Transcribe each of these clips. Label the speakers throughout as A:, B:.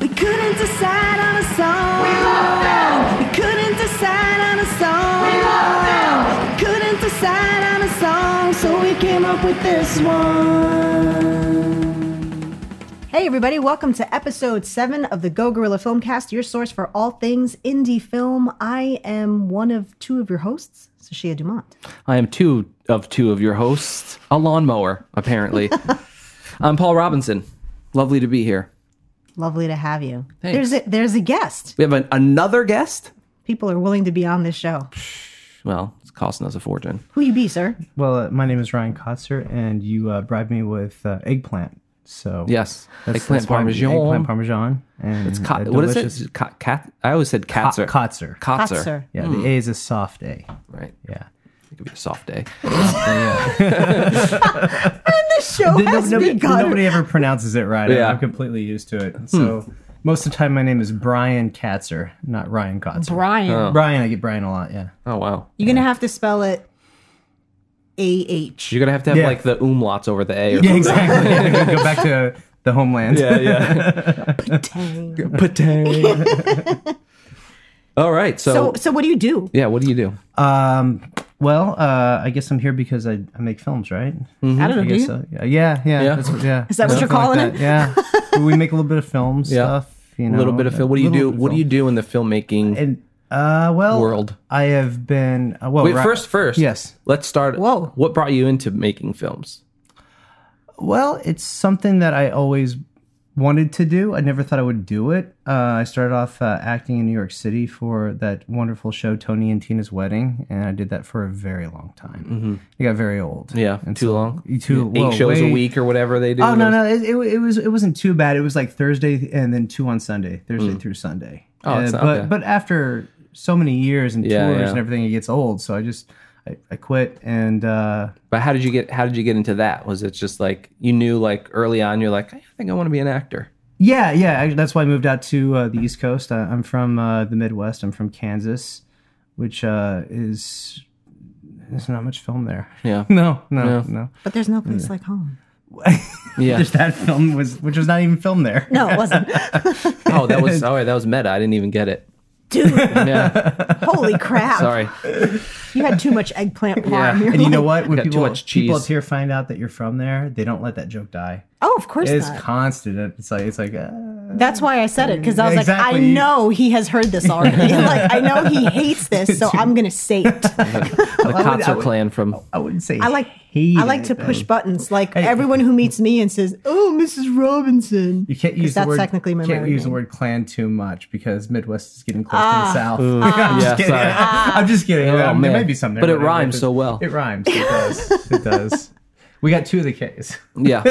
A: couldn't decide on a song. We loved them. You couldn't decide on a song. We loved them. You couldn't decide on a song, so we came up with this one.
B: Hey, everybody, welcome to episode seven of the Go Gorilla Filmcast, your source for all things indie film. I am one of two of your hosts, Sashia Dumont.
C: I am two of two of your hosts, a lawnmower, apparently. I'm Paul Robinson. Lovely to be here.
B: Lovely to have you.
C: Thanks.
B: There's a, there's a guest.
C: We have an, another guest.
B: People are willing to be on this show.
C: Well, it's costing us a fortune.
B: Who you be, sir?
D: Well, uh, my name is Ryan Kotzer, and you uh, bribed me with uh, eggplant. So
C: Yes,
D: that's,
C: eggplant
D: that's why I'm
C: parmesan.
D: Eggplant parmesan. And it's
C: Co- what is it? Co- cat? I always said Katzer. Kotzer.
D: Kotzer.
C: Hmm.
B: Kotzer.
D: yeah, the A is a soft A.
C: Right.
D: Yeah.
C: It could be a soft day.
B: The show
D: No-
B: has
D: nobody,
B: begun.
D: nobody ever pronounces it right.
C: Yeah. Hmm.
D: I'm completely used to it. So most of the time, my name is Brian Katzer, not Ryan Kotzer.
B: Brian.
D: Brian, I get Brian a lot. Yeah.
C: Oh wow.
B: You're going to have to spell it A H.
C: You're gonna have to have
D: Yeah.
C: like the umlauts over the a. or
D: Yeah, exactly. Go back to the homeland.
C: Yeah, yeah.
B: Dang.
C: Potato. All right, so,
B: So, so what do you do?
C: yeah, what do you do?
D: Um, well, uh, I guess I'm here because I, I make films, right?
C: Mm-hmm.
B: I don't know.
D: I
B: Do
D: guess
B: you?
D: so. Yeah, yeah.
C: Yeah.
D: That's what, yeah.
B: Is that what you're
D: Something
B: calling
D: like
B: it?
D: that, Yeah. we make a little bit of film stuff. You know,
C: a little bit of film. What do you do?
D: little bit of
C: What do you
D: film.
C: do in the filmmaking?
D: And uh, well,
C: World.
D: I have been. Uh, well,
C: Wait,
D: right-
C: first, first.
D: Yes.
C: Let's start.
B: Whoa.
C: What brought you into making films?
D: Well, it's something that I always wanted to do. I never thought I would do it. Uh, I started off uh, acting in New York City for that wonderful show, Tony and Tina's Wedding, and I did that for a very long time. Mm-hmm. It got very old.
C: Yeah,
D: And
C: too
D: so-
C: long?
D: Too
C: Eight
D: well,
C: shows a
D: way-
C: week or whatever they do.
D: Oh no no it, it, it was it wasn't too bad. It was like Thursday and then two on Sunday, Thursday through Sunday.
C: Hmm. Oh, it's not
D: but
C: bad.
D: but after so many years and
C: Yeah,
D: tours
C: yeah.
D: and everything, it gets old. So I just I, I quit and uh,
C: But how did you get? How did you get into that? Was it just like you knew like early on? You're like, I think I want to be an actor.
D: yeah yeah. I, that's why I moved out to uh, the East Coast. I, I'm from uh, the Midwest. I'm from Kansas, which uh, is there's not much film there.
C: Yeah,
D: No no
C: Yeah.
D: no.
B: But there's no place like home.
C: yeah.
D: There's that film was which was not even filmed there.
B: No, it wasn't.
C: oh, that was all right. That was meta. I didn't even get it.
B: Dude,
C: Yeah,
B: holy crap.
C: sorry.
B: You had too much eggplant pie.
C: Yeah.
B: in your
D: And you
B: life.
D: know what? When
C: Got too
D: people,
C: much
D: people
C: cheese.
D: up here find out that you're from there, they don't let that joke die.
B: Oh, of course
D: It's
B: not.
D: constant. It's like it's like uh,
B: That's why I said it because I was like, I
D: Exactly.
B: know he has heard this already. like, I know he hates this, so I'm gonna say it.
C: The
D: I
C: Kotzer
D: would-
C: clan from.
D: I wouldn't say.
B: I like.
D: hate
B: I like
D: it,
B: to
D: though.
B: push buttons. Like everyone who meets me and says, "Oh, Mrs. Robinson."
D: You can't use the
B: that's
D: word.
B: technically my
D: can't
B: married
D: use the
B: name. Ah.
D: word clan too much because Midwest is getting close to the South. I'm,
C: yeah,
D: just kidding.
C: sorry.
D: I'm just kidding. Um,
C: man.
D: There may be something,
C: But it
D: there,
C: rhymes
D: it's-
C: so well.
D: It rhymes. It does. it does. We got two of the K's.
C: Yeah,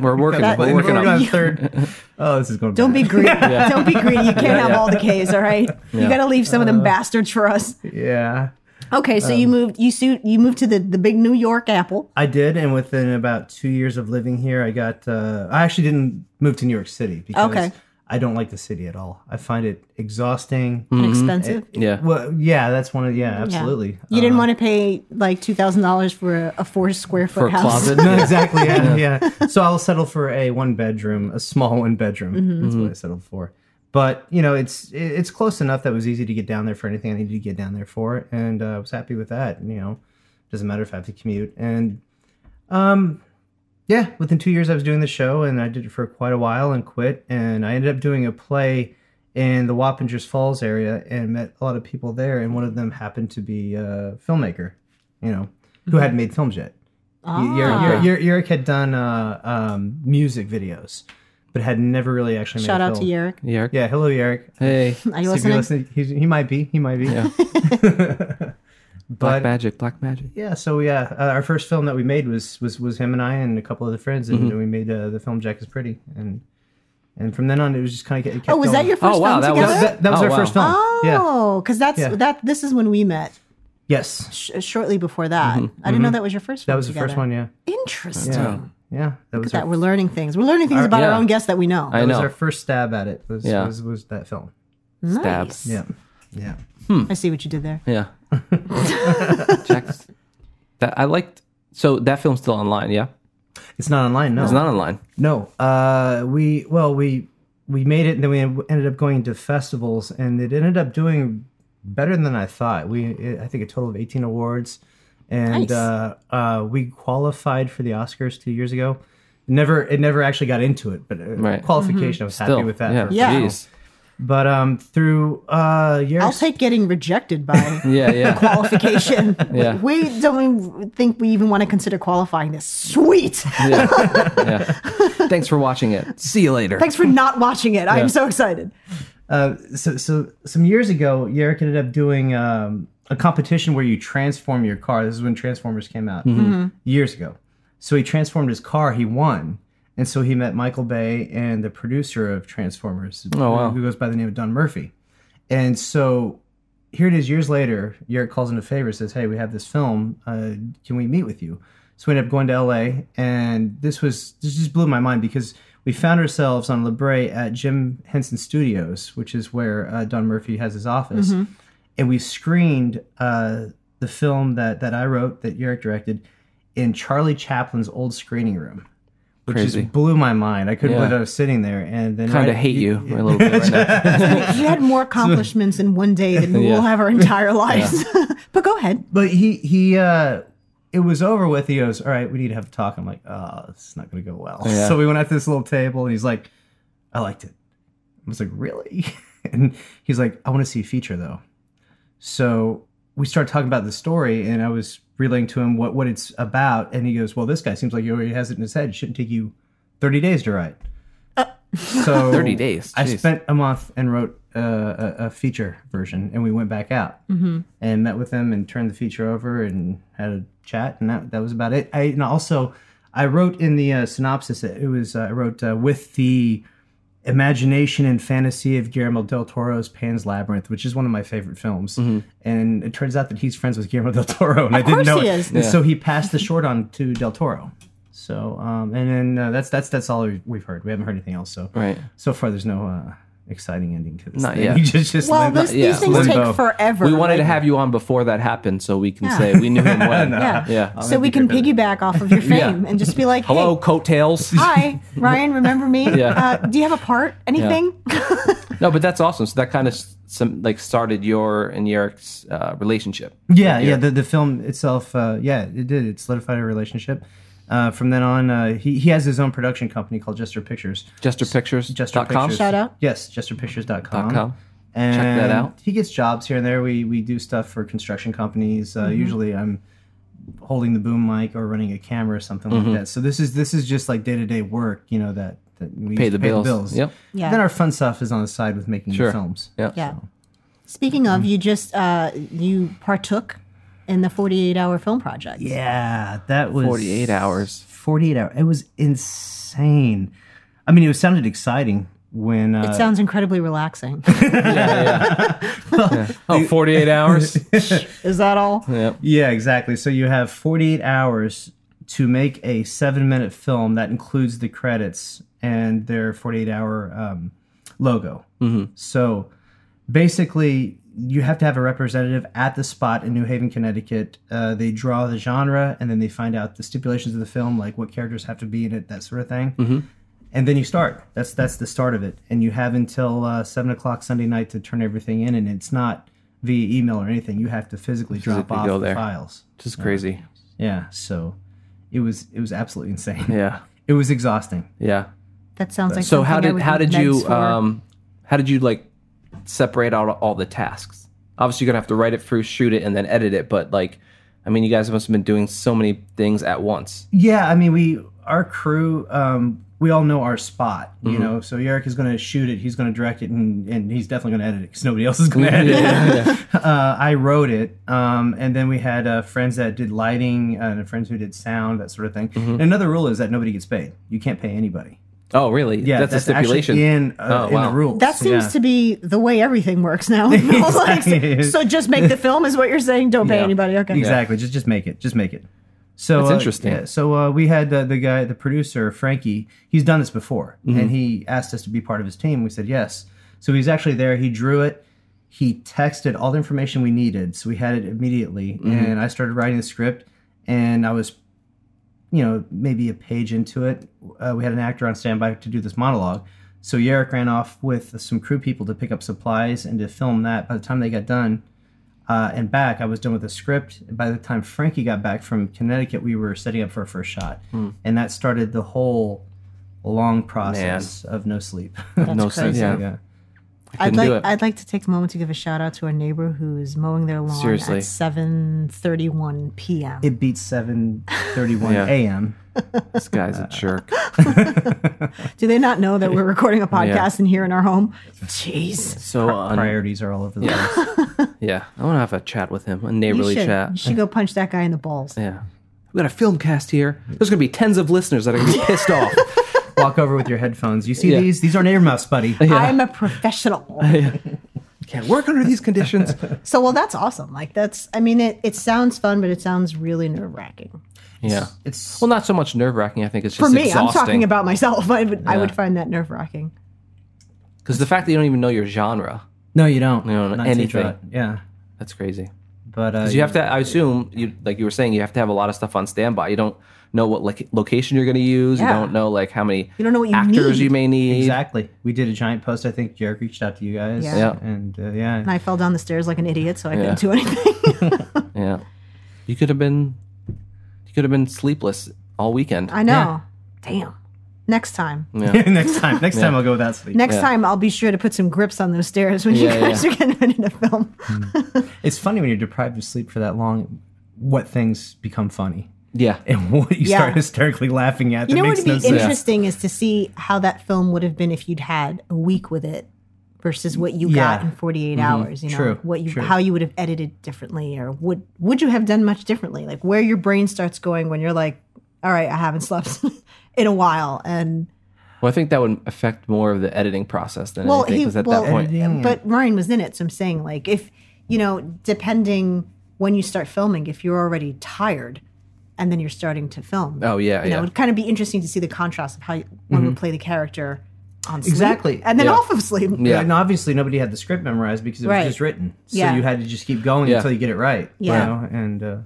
C: we're working.
B: That-
C: we're
D: We're
C: working
D: going
C: on.
D: on
C: it.
D: third. Oh, this is going.
B: Don't be
D: bad.
B: greedy. Don't be greedy. You can't have
C: yeah.
B: all the K's. All right, you got to leave some of them bastards for us.
D: Yeah.
B: Okay, so
D: Um,
B: you moved. You suit. You moved to the the big New York apple.
D: I did, and within about two years of living here, I got. Uh, I actually didn't move to New York City because
B: Okay.
D: I don't like the city at all. I find it exhausting.
B: Expensive.
C: Yeah.
D: Well, yeah, that's one of yeah,
B: Yeah.
D: absolutely.
B: You didn't want to pay like two thousand dollars for a, a four square foot
C: For a
B: house.
C: closet.
D: Oh. No, exactly. Yeah, yeah. So I'll settle for a one bedroom, a small one bedroom.
B: Mm-hmm.
D: That's what I settled for. But you know, it's it- it's close enough that it was easy to get down there for anything I needed to get down there for, and uh, I was happy with that. You know, doesn't matter if I have to commute. And um, yeah, within two years I was doing the show, and I did it for quite a while and quit. And I ended up doing a play in the Wappingers Falls area and met a lot of people there, and one of them happened to be a filmmaker, you know, who
B: Mm-hmm.
D: hadn't made films yet. Y- Yer-
B: Ah.
D: Yer- Yer- Yerrick had done uh, um, music videos, but had never really actually
B: Shout
D: made a
B: out to
D: film.
B: Yerrick.
C: Yeah.
D: Yeah, hello, Yerrick.
B: Are
C: Hey,
B: you
D: See if you're
B: listening?
D: listening. He's, he might be. He might be.
C: Yeah. black
D: but
C: magic, black magic.
D: yeah, so yeah, uh, our first film that we made was was was him and I and a couple other friends,
C: Mm-hmm.
D: and we made uh, the film Jack is Pretty, and and from then on it was just kind of kept
B: Oh, was that
D: going.
B: your first
C: Oh, wow,
B: film
C: that was-
B: together?
D: That, that- that was
C: Oh,
D: our
C: wow.
D: first film. Yeah.
B: Oh, because that's
D: Yeah.
B: that. This is when we met
D: Yes.
B: sh- shortly before
C: Mm-hmm.
B: that. I didn't know that was your first.
D: That
B: film
D: was the first
B: together.
D: one. Yeah.
B: Interesting.
D: Yeah. Yeah. That was
B: That
D: our,
B: we're learning things. We're learning things about
C: yeah.
B: our own guests that we know.
C: I
D: that was
C: know.
D: our first stab at it. Was,
C: Yeah.
D: was was that film?
C: Stab.
B: Nice.
D: Yeah. Yeah.
B: I see what you did there.
C: Yeah. Jack's, that I liked. So that film's still online. Yeah,
D: It's not online. No.
C: it's not online.
D: No, uh, we well we we made it, and then we en- ended up going to festivals, and it ended up doing better than I thought. We, I think, a total of eighteen awards, and
B: Nice.
D: uh, uh, we qualified for the Oscars two years ago. Never, it never actually got into it, but uh,
C: Right.
D: qualification. I was
C: Still,
D: happy with that.
C: Yeah.
D: for-
B: Yeah.
C: Jeez.
D: But um, through uh, years,
B: I'll take getting rejected by
C: Yeah. Yeah.
B: qualification.
C: Yeah.
B: We don't even think we even want to consider qualifying this. Sweet.
C: yeah. yeah. Thanks for watching it. See you later.
B: Thanks for not watching it. I'm so excited.
D: uh, so, so some years ago, Yerrick ended up doing um, a competition where you transform your car. This is when Transformers came out
C: Mm-hmm.
B: Mm-hmm.
D: years ago. So he transformed his car. He won, and so he met Michael Bay and the producer of Transformers,
C: Oh, wow.
D: who goes by the name of Don Murphy. And so here it is years later. Yerrick calls in a favor, says, "Hey, we have this film. Uh, can we meet with you?" So we ended up going to L.A. and this was this just blew my mind because we found ourselves on Libre at Jim Henson Studios, which is where uh, Don Murphy has his office,
C: Mm-hmm.
D: and we screened uh, the film that that I wrote that Yerrick directed in Charlie Chaplin's old screening room. Which
C: Crazy.
D: just blew my mind. I couldn't
C: Yeah.
D: believe I was sitting there, and then
C: Kind of
D: right-
C: hate you a little bit right now.
B: You had more accomplishments in one day than
C: Yeah.
B: we'll have our entire lives. but go ahead.
D: but he he uh it was over with he goes all right we need to have a talk i'm like oh this is not gonna go well
C: Yeah.
D: so we went out to this little table and he's like i liked it i was like really and he's like i want to see a feature though so we started talking about the story and i was relaying to him what what it's about and he goes well this guy seems like he already has it in his head it shouldn't take you 30 days to write so
C: 30 days,
D: i
C: jeez.
D: spent a month and wrote uh, a, a feature version and we went back out
B: Mm-hmm.
D: and met with them and turned the feature over and had a chat and that, that was about it I, and also i wrote in the uh, synopsis it was uh, i wrote uh, with the imagination and fantasy of guillermo del toro's pan's labyrinth which is one of my favorite films and it turns out that he's friends with guillermo del toro and i didn't
B: Mm-hmm. course
D: know
B: he
D: it.
B: is.
D: And so he passed the short on to del toro so um, and then uh, that's that's that's all we- we've heard we haven't heard anything else so
C: Right.
D: so far there's no uh, exciting ending to this
C: Not
D: thing.
C: yet.
D: You just, just
B: Well,
D: live-
B: those,
C: yeah.
B: these things
D: Limbo.
B: take forever.
C: We wanted to
B: Like,
C: have you on before that happened so we can
B: Yeah.
C: say we knew him when.
B: Yeah.
C: Yeah.
B: So we can piggyback off of your fame and just be like, hey,
C: Hello, coattails.
B: Hi, Ryan, remember me?
C: Yeah.
B: Uh, do you have a part? Anything?
C: No, but that's awesome. So that kind of some like started your and Yerrick's uh, relationship.
D: Yeah, yeah. The, the film itself, uh, yeah, it did. It solidified our relationship. Uh, from then on, uh, he, he has his own production company called Jester Pictures.
C: Jester Pictures.
D: Jester
C: dot com?
D: Pictures.
B: Shout out.
D: Yes, jesterpictures.com.
C: Dot com.
D: And
C: Check that out.
D: He gets jobs here and there. We we do stuff for construction companies. Uh,
B: Mm-hmm.
D: Usually, I'm holding the boom mic or running a camera or something
C: Mm-hmm.
D: like that. So this is this is just like day to day work. You know that that we
C: Pay
D: use
C: the
D: to
C: bills. Yep.
B: Yeah.
D: Then our fun stuff is on the side with making
C: Sure.
D: the films.
C: Yeah.
B: yeah. Speaking of, you just uh, you partook in the 48 hour film project.
D: Yeah, that was
C: 48 hours.
D: 48 hours. It was insane. I mean, it sounded exciting when uh,
B: It sounds incredibly relaxing.
C: Oh, 48 hours.
B: Is that all?
D: Yeah, exactly. So you have 48 hours to make a seven minute film that includes the credits and their 48 hour um, logo.
C: Mm-hmm.
D: So basically, you have to have a representative at the spot in New Haven, Connecticut. Uh, they draw the genre and then they find out the stipulations of the film, like what characters have to be in it, that sort of thing.
C: Mm-hmm.
D: And then you start. That's that's the start of it. And you have until uh, seven o'clock Sunday night to turn everything in. And it's not via email or anything. You have to physically drop
C: Physically
D: off
C: go
D: the
C: there.
D: files.
C: Just crazy.
D: Yeah. So it was it was absolutely insane.
C: Yeah.
D: It was exhausting.
C: Yeah.
B: That sounds like
C: So how
B: something I
C: did
B: would
C: how
B: need
C: did
B: meds
C: you
B: for.
C: um how did you like separate out all the tasks? Obviously, you're gonna have to write it through, shoot it, and then edit it. But like, I mean, you guys must have been doing so many things at once.
D: Yeah, I mean, we our crew, um, we all know our spot, you
C: Mm-hmm.
D: know. So Eric is going to shoot it, he's going to direct it, and, and he's definitely going to edit it because nobody else is going to edit it. uh, I wrote it, um, and then we had uh, friends that did lighting uh, and friends who did sound, that sort of thing.
C: Mm-hmm.
D: And another rule is that nobody gets paid. You can't pay anybody.
C: Oh, really?
D: Yeah,
C: that's, a
D: actually
C: stipulation.
D: in uh,
C: Oh,
D: in
C: wow.
D: the rules.
B: that seems
D: Yeah.
B: to be the way everything works now. Like,
D: Exactly.
B: so just make the film is what you're saying. Don't pay
C: Yeah.
B: anybody. Okay.
D: Exactly. Just just make it. Just make it. So
C: That's
D: uh,
C: interesting.
D: yeah, so uh, we had uh, the guy, the producer Frankie. He's done this before,
C: Mm-hmm.
D: and he asked us to be part of his team. We said yes. So he's actually there. He drew it. He texted all the information we needed, so we had it immediately.
C: Mm-hmm.
D: And I started writing the script, and I was, you know, maybe a page into it. Uh, we had an actor on standby to do this monologue. So Yerrick ran off with some crew people to pick up supplies and to film that. By the time they got done uh, and back, I was done with the script. By the time Frankie got back from Connecticut, we were setting up for our first shot,
C: Hmm.
D: and that started the whole long process of no sleep.
C: no
B: crazy.
C: Yeah,
D: yeah.
B: I'd
C: I couldn't
B: like
C: do it.
B: I'd like to take a moment to give a shout out to a neighbor who's mowing their lawn
C: Seriously.
B: at 7:31 p.m.
D: It beat 7:31
C: Yeah.
D: a.m.
C: this guy's a jerk.
B: Do they not know that we're recording a podcast in here in our home? Jeez.
C: So un-
D: Priorities are all over the place.
C: yeah, I want to have a chat with him, a
B: You
C: neighborly
B: should, you
C: chat.
B: should go punch that guy in the balls.
C: Yeah, we got a film cast here. There's gonna be tens of listeners that are gonna be pissed off.
D: Walk over with your headphones. You see
C: Yeah.
D: these? These aren't ear muffs, buddy.
B: I'm a professional.
C: Can't work under these conditions.
B: so well that's awesome. Like that's I mean it, it sounds fun, but it sounds really nerve wracking.
C: Yeah.
D: It's
C: Well, not so much nerve wracking. I think it's
B: For
C: just
B: me, I'm
C: exhausting.
B: talking about myself. I would I would
C: Yeah.
B: find that nerve wracking.
C: because the fact that you don't even know your genre.
D: no, you don't.
C: You don't know
D: Not to
C: anything.
D: draw- Yeah,
C: That's crazy.
D: but uh,
C: Because you have to. I assume you like you were saying you have to have a lot of stuff on standby. You don't know what like location you're gonna use.
B: Yeah.
C: You don't know like how many
B: You don't know what you
C: actors
B: need.
C: you may need.
D: Exactly. We did a giant post. I think Jarek reached out to you guys.
B: Yeah.
C: Yeah.
D: And uh, yeah.
B: And I fell down the stairs like an idiot, so I
C: Yeah.
B: couldn't do anything.
C: Yeah. You could have been. You could have been sleepless all weekend.
B: I know. Damn. Next time.
C: yeah.
D: next time. Next time I'll go without sleep.
B: Next time, I'll be sure to put some grips on those stairs when you
C: Yeah,
B: guys
C: yeah.
B: are getting ready to film.
D: It's funny when you're deprived of sleep for that long. What things become funny
C: yeah.
D: and what you
B: Yeah.
D: start hysterically laughing at.
B: You
D: that
B: know what
D: makes
B: would be
D: no sense.
B: interesting is to see how that film would have been if you'd had a week with it versus what you got
D: Yeah. Mm-hmm.
B: in 48 hours. You know,
D: True,
B: what you
D: true.
B: how you would have edited differently, or would would you have done much differently? Like where your brain starts going when you're like, all right, I haven't slept in a while, and
C: Well, I think that would affect more of the editing process than
B: Well,
C: anything.
B: he-
C: Because at
B: well-
C: that point,
D: Editing and-
B: But Ryan was in it, so I'm saying like if you know, depending when you start filming, if you're already tired and then you're starting to film. You
C: Oh, yeah,
B: know,
C: yeah. Mm-hmm.
B: it'd kind of be interesting to see the contrast of how you- one would play the character on sleep
D: Exactly,
B: and then
C: yeah.
B: off of sleep.
C: Yeah.
D: And obviously, nobody had the script memorized because it was
B: Right.
D: just written. So
B: Yeah.
D: you had to just keep going
C: Yeah.
D: until you get it right. you
B: Yeah.
D: know, And uh,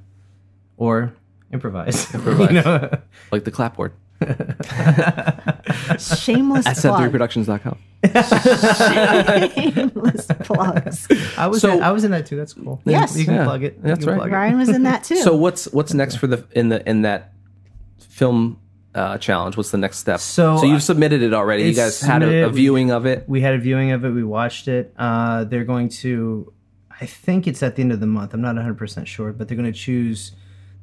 D: or improvise.
C: Improvise.
D: you know?
C: like the clapboard
B: Shameless
C: at
B: plug.
C: set3productions.com.
B: Shameless plugs.
D: I was
C: So-
D: in, I was in that too. That's cool.
B: Yes.
D: you can
C: Yeah.
D: plug it. You
C: That's
D: can
C: right.
D: plug it.
B: Ryan was in that too.
C: So what's what's next for the in the in that film uh, challenge? What's the next step?
D: So,
C: so
D: uh,
C: you've submitted it already. You
D: it's
C: guys had a, a
D: submitted.
C: viewing of it.
D: We had a viewing of it. We watched it. Uh, they're going to, I think it's at the end of the month. I'm not 100% sure, but they're going to choose.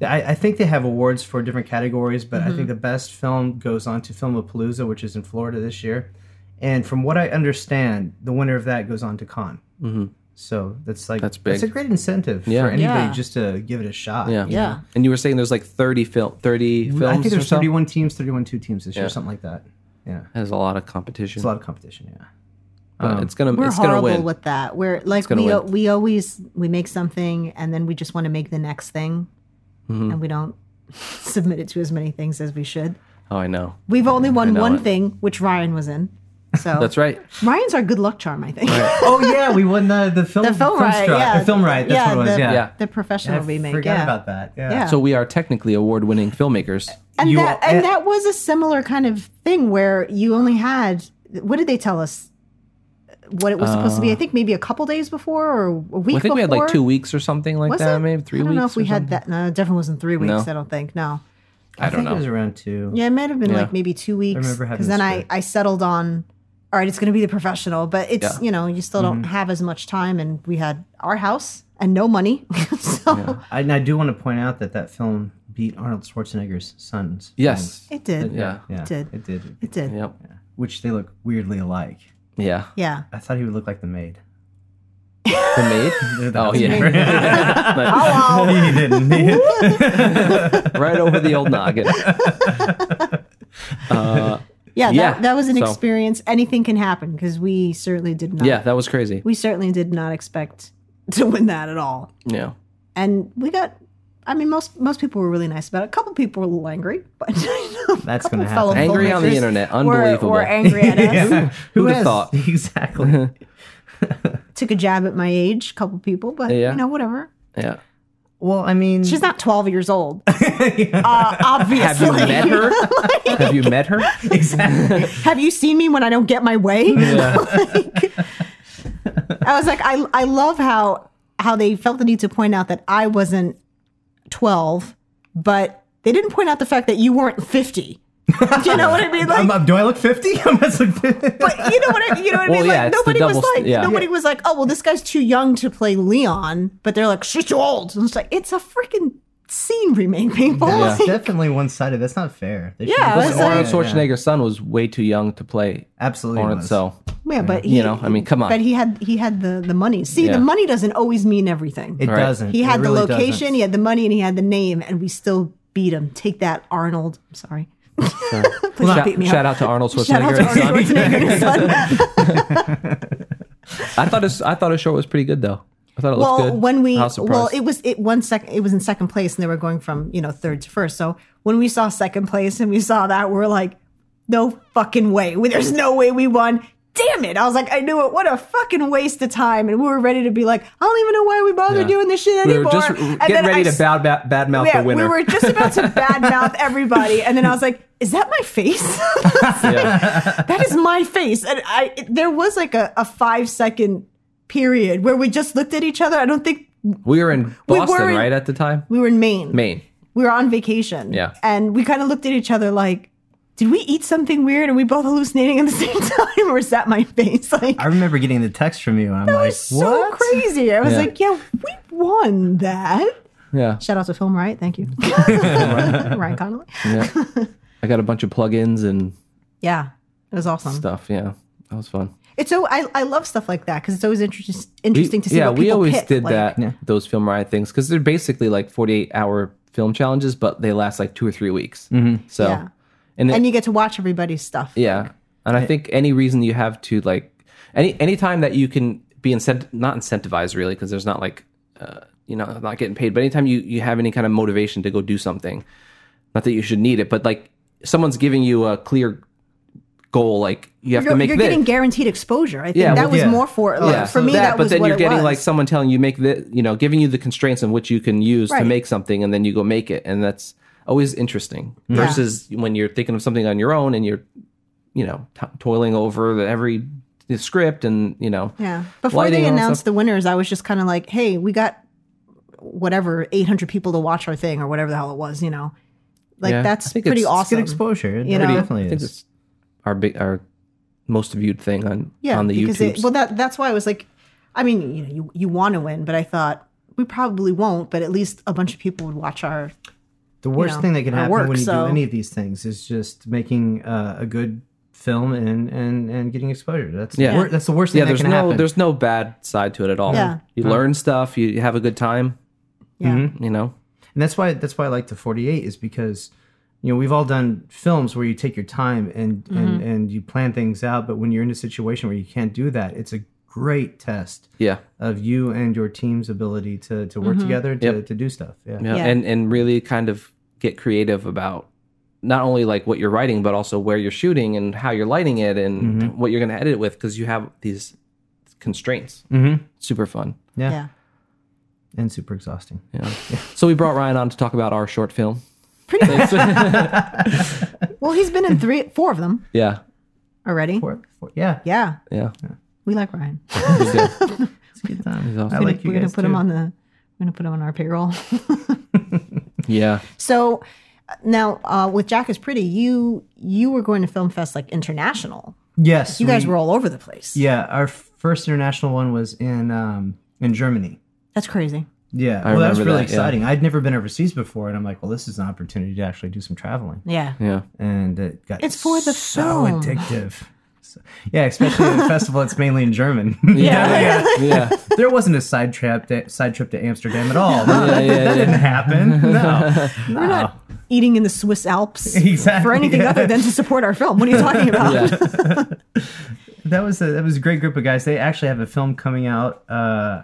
D: I, I think they have awards for different categories, but I think the best film goes on to Filmapalooza, which is in Florida this year. And from what I understand, the winner of that goes on to Cannes. Mm-hmm. So that's like
C: That's big.
D: It's a great incentive
C: Yeah.
D: for anybody
B: Yeah.
D: just to give it a shot.
C: Yeah.
D: you know?
B: yeah.
C: And you were saying there's like 30 film 30 films.
D: I think
C: or
D: there's
C: so?
D: 31 teams, 31 two teams this year,
C: Yeah.
D: something like that. Yeah,
C: There's a lot of competition.
D: it's um, a lot of competition. Yeah.
C: but it's gonna
B: We're
C: it's gonna
B: horrible
C: win.
B: with that. We're like
C: gonna
B: we
C: win.
B: we always we make something and then we just want to make the next thing,
C: Mm-hmm.
B: and we don't submit it to as many things as we should.
C: oh, I know.
B: We've only won
C: know
B: one
C: it.
B: thing, which Ryan was in. So
C: That's right.
B: Ryan's our good luck charm, I think.
D: oh yeah, we won the the film
B: The film right,
D: strike-
B: yeah.
D: the film right. That's
B: Yeah,
D: what it was.
B: the-
D: yeah,
C: Yeah.
B: The professional
D: I
B: remake,
D: forgot
B: yeah.
D: about that. Yeah.
B: Yeah.
C: So we are technically award-winning filmmakers.
B: and
D: You
B: that
D: all-
B: and
D: and-
B: that was a similar kind of thing where you only had what did they tell us? What it was supposed to be? I think maybe a couple days before or a week.
C: Uh, Well, I think
B: before.
C: we had like two weeks or something like
B: Was
C: that.
B: it?
C: Maybe three
B: I don't
C: weeks.
B: know if we
C: or
B: had that.
C: something.
B: No, it definitely wasn't three weeks.
C: No.
B: I don't think. No.
D: I,
C: don't
D: think
C: know.
D: it was around two.
B: Yeah, it might have been
C: Yeah.
B: like maybe two weeks.
D: remember having
B: Because then
D: this
B: I,
D: bit.
B: I settled on, all right, it's going to be the professional, but it's,
C: Yeah.
B: you know, you still
D: Mm-hmm.
B: don't have as much time. And we had our house and no money. so
D: I, and I do want to point out that that film beat Arnold Schwarzenegger's Sons.
C: Yes.
B: it did.
C: Yeah.
D: Yeah,
B: It did.
D: It did.
B: It did. Yeah.
C: Yep.
D: Which they look weirdly alike.
C: Yeah.
D: I thought he would look like the maid.
C: The maid. oh yeah.
B: Hello.
D: he didn't. He
C: right over the old noggin. Uh,
B: Yeah, that,
C: Yeah.
B: that was an
C: So-
B: experience. Anything can happen because we certainly did not.
C: yeah, that was crazy.
B: We certainly did not expect to win that at all.
C: Yeah.
B: And we got. I mean, most most people were really nice about it. A couple people were a little angry, but you know, a
D: That's
B: couple
D: gonna
B: fellow
D: happen.
C: Angry on the
B: filmmakers
C: internet.
B: were-
C: Unbelievable.
B: Were angry at us.
C: Who'd have
D: has-
C: thought?
D: Exactly.
B: took a jab at my age, couple people, but
C: Yeah.
B: you know, whatever.
C: Yeah.
D: Well, I mean,
B: She's not 12 years old. uh,
C: Have
B: obviously.
C: you met her? Have you met her?
D: exactly.
B: have you seen me when I don't get my way? Like, I was like, I, I love how how they felt the need to point out that I wasn't 12, but they didn't point out the fact that you weren't 50. Do you know what I mean? Like,
D: Um, um, do I look fifty? I must look 50.
B: but you know what I, you know what I
C: Well,
B: mean?
C: yeah,
B: like
C: it's the
B: nobody was
C: double st-
B: like
C: yeah.
B: nobody was like, oh well, this guy's too young to play Leon, but they're like, she's too old. And it's like it's a freaking scene remake, people.
D: That's
B: Like,
D: definitely one sided. That's not fair. They should-
B: Yeah,
D: they
B: that's like-
D: should-
C: Arnold Schwarzenegger's son was way too young to play
D: Absolutely.
C: Arnold,
D: was.
C: so
B: yeah, but
C: you
B: he-
C: know, I mean, come on.
B: But he had he had the the money. See,
C: Yeah.
B: the money doesn't always mean everything.
D: it
C: Right.
D: doesn't.
B: He
D: It
B: had
D: really
B: the location,
D: doesn't.
B: he had the money, and he had the name, and we still beat him. Take that, Arnold. I'm sorry. Please
C: shout,
B: beat me
C: shout
B: up.
C: out to Arnold
B: Shout out
C: Schwarzenegger.
B: to
C: and
B: Arnold
C: son.
B: Schwarzenegger. and his son.
C: I thought his I thought his short was pretty good though. I thought it looked
B: well,
C: good.
B: when we
C: I was surprised.
B: well, it was it one second. It was in second place, and they were going from you know third to first. So when we saw second place and we saw that, we're like, no fucking way. We- There's no way we won. Damn it! I was like, I knew it. What a fucking waste of time. And we were ready to be like, I don't even know why we bothered
C: Yeah.
B: doing this shit
C: we
B: anymore.
C: were just
B: and
C: getting
B: then
C: ready
B: I
C: to
B: s-
C: bad, bad, bad mouth
B: Yeah,
C: the winner.
B: we were just about to badmouth everybody, and then I was like, "Is that my face?
C: yeah.
B: that is my face." And I, it- there was like a, a five second period where we just looked at each other. I don't think
C: We were in
B: We
C: Boston,
B: were in-
C: right at the time.
B: we were in Maine.
C: Maine.
B: we were on vacation.
C: Yeah.
B: And we kind of looked at each other like, did we eat something weird? Are we both hallucinating at the same time? Or is that my face? Like,
D: I remember getting the text from you, and I'm
B: that
D: like,
B: was so
D: "What?"
B: crazy. I was
C: Yeah.
B: like, yeah, we won that.
C: Yeah.
B: Shout out to Film Right. Thank you. Ryan Connolly.
C: yeah. I got a bunch of plugins and
B: Yeah. It was awesome.
C: stuff. Yeah. That was fun.
B: It's so I, I love stuff like that because it's always interesting interesting to see.
C: yeah,
B: what
C: we
B: people
C: always
B: pick,
C: did
B: like-
C: that. Those film riot things because they're basically like forty-eight hour film challenges, but they last like two or three weeks. Mm-hmm. So,
B: Yeah.
C: and, it,
B: And you get to watch everybody's stuff.
C: yeah, and I think any reason you have to like any any time that you can be incent not incentivized really because there's not like uh, you know not getting paid, but anytime you you have any kind of motivation to go do something, not that you should need it, but like someone's giving you a clear goal, like you have
B: You're,
C: to make
B: you're
C: this.
B: getting guaranteed exposure. I think
C: Yeah,
B: that
C: well,
B: was
D: yeah.
B: more for like,
C: yeah,
B: for me. That,
C: but
B: was
C: then
B: what
C: you're
B: it
C: getting
B: was.
C: like someone telling you make this, you know, giving you the constraints in which you can use to
B: Right.
C: make something, and then you go make it, and that's always interesting. Versus when you're thinking of something on your own and you're, you know, t- toiling over the, every the script and you know,
B: Yeah. Before
C: lighting
B: they
C: and all that
B: announced
C: stuff.
B: the winners, I was just kind of like, hey, we got whatever 800 people to watch our thing or whatever the hell it was, you know? Like,
C: Yeah. I
B: that's
C: think
B: pretty
C: it's- it's
D: It's good
B: awesome.
D: exposure. It
B: You
D: it
B: know?
D: definitely
C: I think
D: is.
C: it's our big our most viewed thing on on the
B: because
C: YouTube.
B: it- well, that that's why I was like, I mean, you know, you, you want to win, but I thought we probably won't, but at least a bunch of people would watch our.
D: The worst
B: know,
D: thing that can
B: our
D: happen
B: work,
D: when you
B: so-
D: do any of these things is just making uh, a good film and and and getting exposure. That's the
C: Yeah.
D: wor- that's the worst thing
C: yeah,
D: that
C: there's
D: can
C: no
D: happen.
C: there's no bad side to it at all.
B: Yeah.
C: You learn stuff, you you have a good time, Mm-hmm.
B: Yeah.
C: you know.
D: and that's why that's why I like the 48 is because you know we've all done films where you take your time and
B: Mm-hmm.
D: and and you plan things out, but when you're in a situation where you can't do that, it's a great test
C: Yeah.
D: of you and your team's ability to to
B: Mm-hmm.
D: work together to,
C: Yep.
D: to do stuff. Yeah.
C: yeah.
B: Yeah.
C: and and really kind of get creative about not only like what you're writing but also where you're shooting and how you're lighting it and what you're going to edit it with because you have these constraints
D: Mhm.
C: super fun
D: Yeah.
B: Yeah.
D: and super exhausting.
C: yeah so we brought ryan on to talk about our short film
B: Pretty
C: Thanks.
B: Well, he's been in three, four of them
C: yeah
B: already.
D: For, for, yeah,
B: Yeah.
C: yeah
B: We like Ryan.
C: We did.
D: it's a good time.
C: awesome.
D: I like you
B: We're going
D: guys
B: to put
D: too.
B: him on the, we're going to put him on our payroll.
C: yeah
B: So uh, now uh, with Jack is Pretty, you you were going to Film Fest like international.
D: Yes,
B: You guys
D: we-
B: were all over the place.
D: Yeah, our first international one was in um, in Germany.
B: That's crazy.
D: Yeah, well, that was
C: remember
D: really
C: that, yeah.
D: exciting. I'd never been overseas before, and I'm like, well, this is an opportunity to actually do some traveling,
B: Yeah.
C: yeah
D: and it got
B: It's for the
D: so
B: film.
D: addictive. So, yeah, especially at a festival that's mainly in German.
C: yeah yeah yeah,
D: there wasn't a side trip to, side trip to Amsterdam at all.
C: yeah, yeah,
D: that didn't happen. No,
B: We're not eating in the Swiss Alps
D: Exactly,
B: for anything
D: yeah.
B: other than to support our film. What are you talking about?
D: that was a, that was a great group of guys. They actually have a film coming out uh,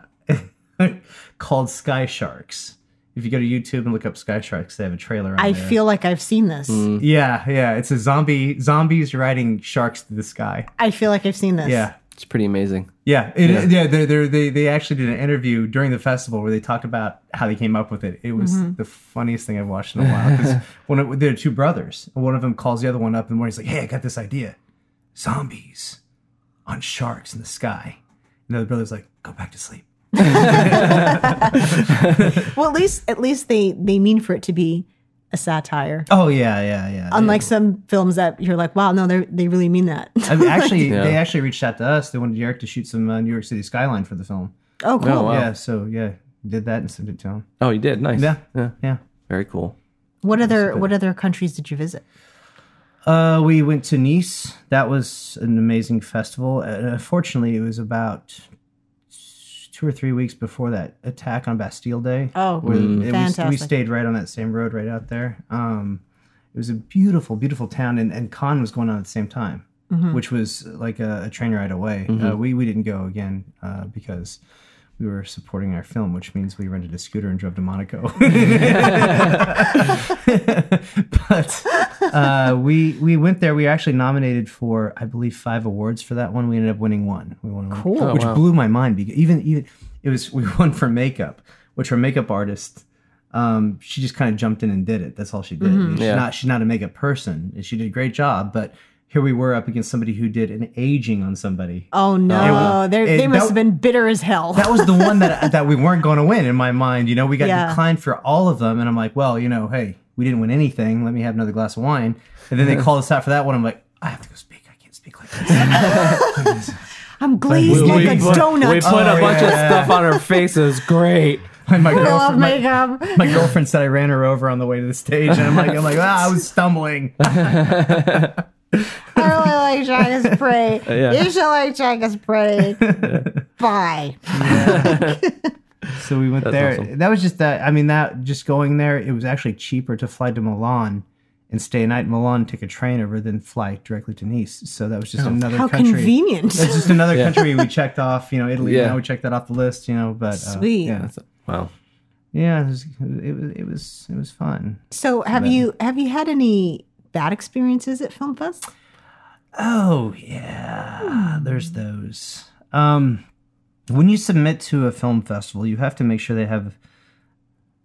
D: called Sky Sharks. If you go to YouTube and look up Sky Sharks, they have a trailer. On
B: I
D: there.
B: feel like I've seen this.
D: Mm. Yeah, yeah. It's a zombie zombies riding sharks to the sky.
B: I feel like I've seen this.
D: Yeah.
C: It's pretty amazing.
D: Yeah, it, yeah. they're, they're, they they actually did an interview during the festival where they talked about how they came up with it. It was the funniest thing I've watched in a while because one of they're two brothers, and one of them calls the other one up, and one he's like, "Hey, I got this idea: zombies on sharks in the sky." And the other brother's like, "Go back to sleep."
B: Well, at least at least they they mean for it to be a satire.
D: Oh yeah, yeah, yeah.
B: Unlike some films that you're like, wow, no, they they really mean that.
D: I mean, actually,
C: Yeah.
D: they actually reached out to us. They wanted Derek to shoot some uh, New York City skyline for the film.
B: oh, cool.
C: Oh, wow.
D: Yeah, so yeah, did that and sent it to him.
C: Oh, you did. Nice.
D: Yeah.
C: Yeah.
D: Yeah.
C: Very cool.
B: What other what other countries did you visit?
D: Uh, we went to Nice. That was an amazing festival. Uh, unfortunately, it was about two or three weeks before that attack on Bastille Day.
B: Oh,
D: where it was, we
B: fantastic.
D: stayed right on that same road right out there. Um, it was a beautiful, beautiful town, and, and con was going on at the same time,
B: Mm-hmm.
D: which was like a, a train ride away. Uh, we we didn't go again uh, because we were supporting our film, which means we rented a scooter and drove to Monaco. but uh, we we went there. We were actually nominated for I believe five awards for that one. We ended up winning one. We won one,
B: Cool. Oh,
D: which
C: wow.
D: blew my mind. Because even even it was we won for makeup, which our makeup artist. Um, she just kind of jumped in and did it. That's all she did. She's
C: Yeah.
D: not she's not a makeup person, and she did a great job. But here we were up against somebody who did an aging on somebody.
B: Oh no,
D: Yeah.
B: They're
D: Uh, It-
B: they must
D: that-
B: have been bitter as hell.
D: That was the one that that we weren't going to win in my mind. You know, we got
B: Yeah.
D: declined for all of them, and I'm like, well, you know, hey, we didn't win anything. Let me have another glass of wine. And then they called us out for that one. I'm like, I have to go speak. I can't speak like this.
B: I'm glazed
D: We-
B: like a
D: we put-
B: donut.
C: We put
D: Oh,
C: a bunch
D: yeah.
C: of stuff on her faces. Great.
D: my, my
B: I love
D: girlfriend, my,
B: makeup.
D: my girlfriend said I ran her over on the way to the stage, and I'm like, I'm like, ah, I was stumbling.
B: I really like Jaga's Prey.
C: Uh, Yeah.
B: You should like Jaga's Prey. Bye.
D: So we went
C: That's
D: there.
C: awesome.
D: That was just that. I mean, that just going there, it was actually cheaper to fly to Milan and stay a night in Milan, take a train over, than fly directly to Nice. So that was just another
B: How
D: country.
B: convenient.
D: That's just another country we checked off. You know, Italy.
C: Yeah.
D: Now we checked that off the list. You know, but uh,
B: Sweet.
D: yeah,
C: Wow.
D: yeah. It was, it was it was it was fun.
B: So have you have you had any bad experiences at Film Fest?
D: Oh yeah, there's those. Um, when you submit to a film festival, you have to make sure they have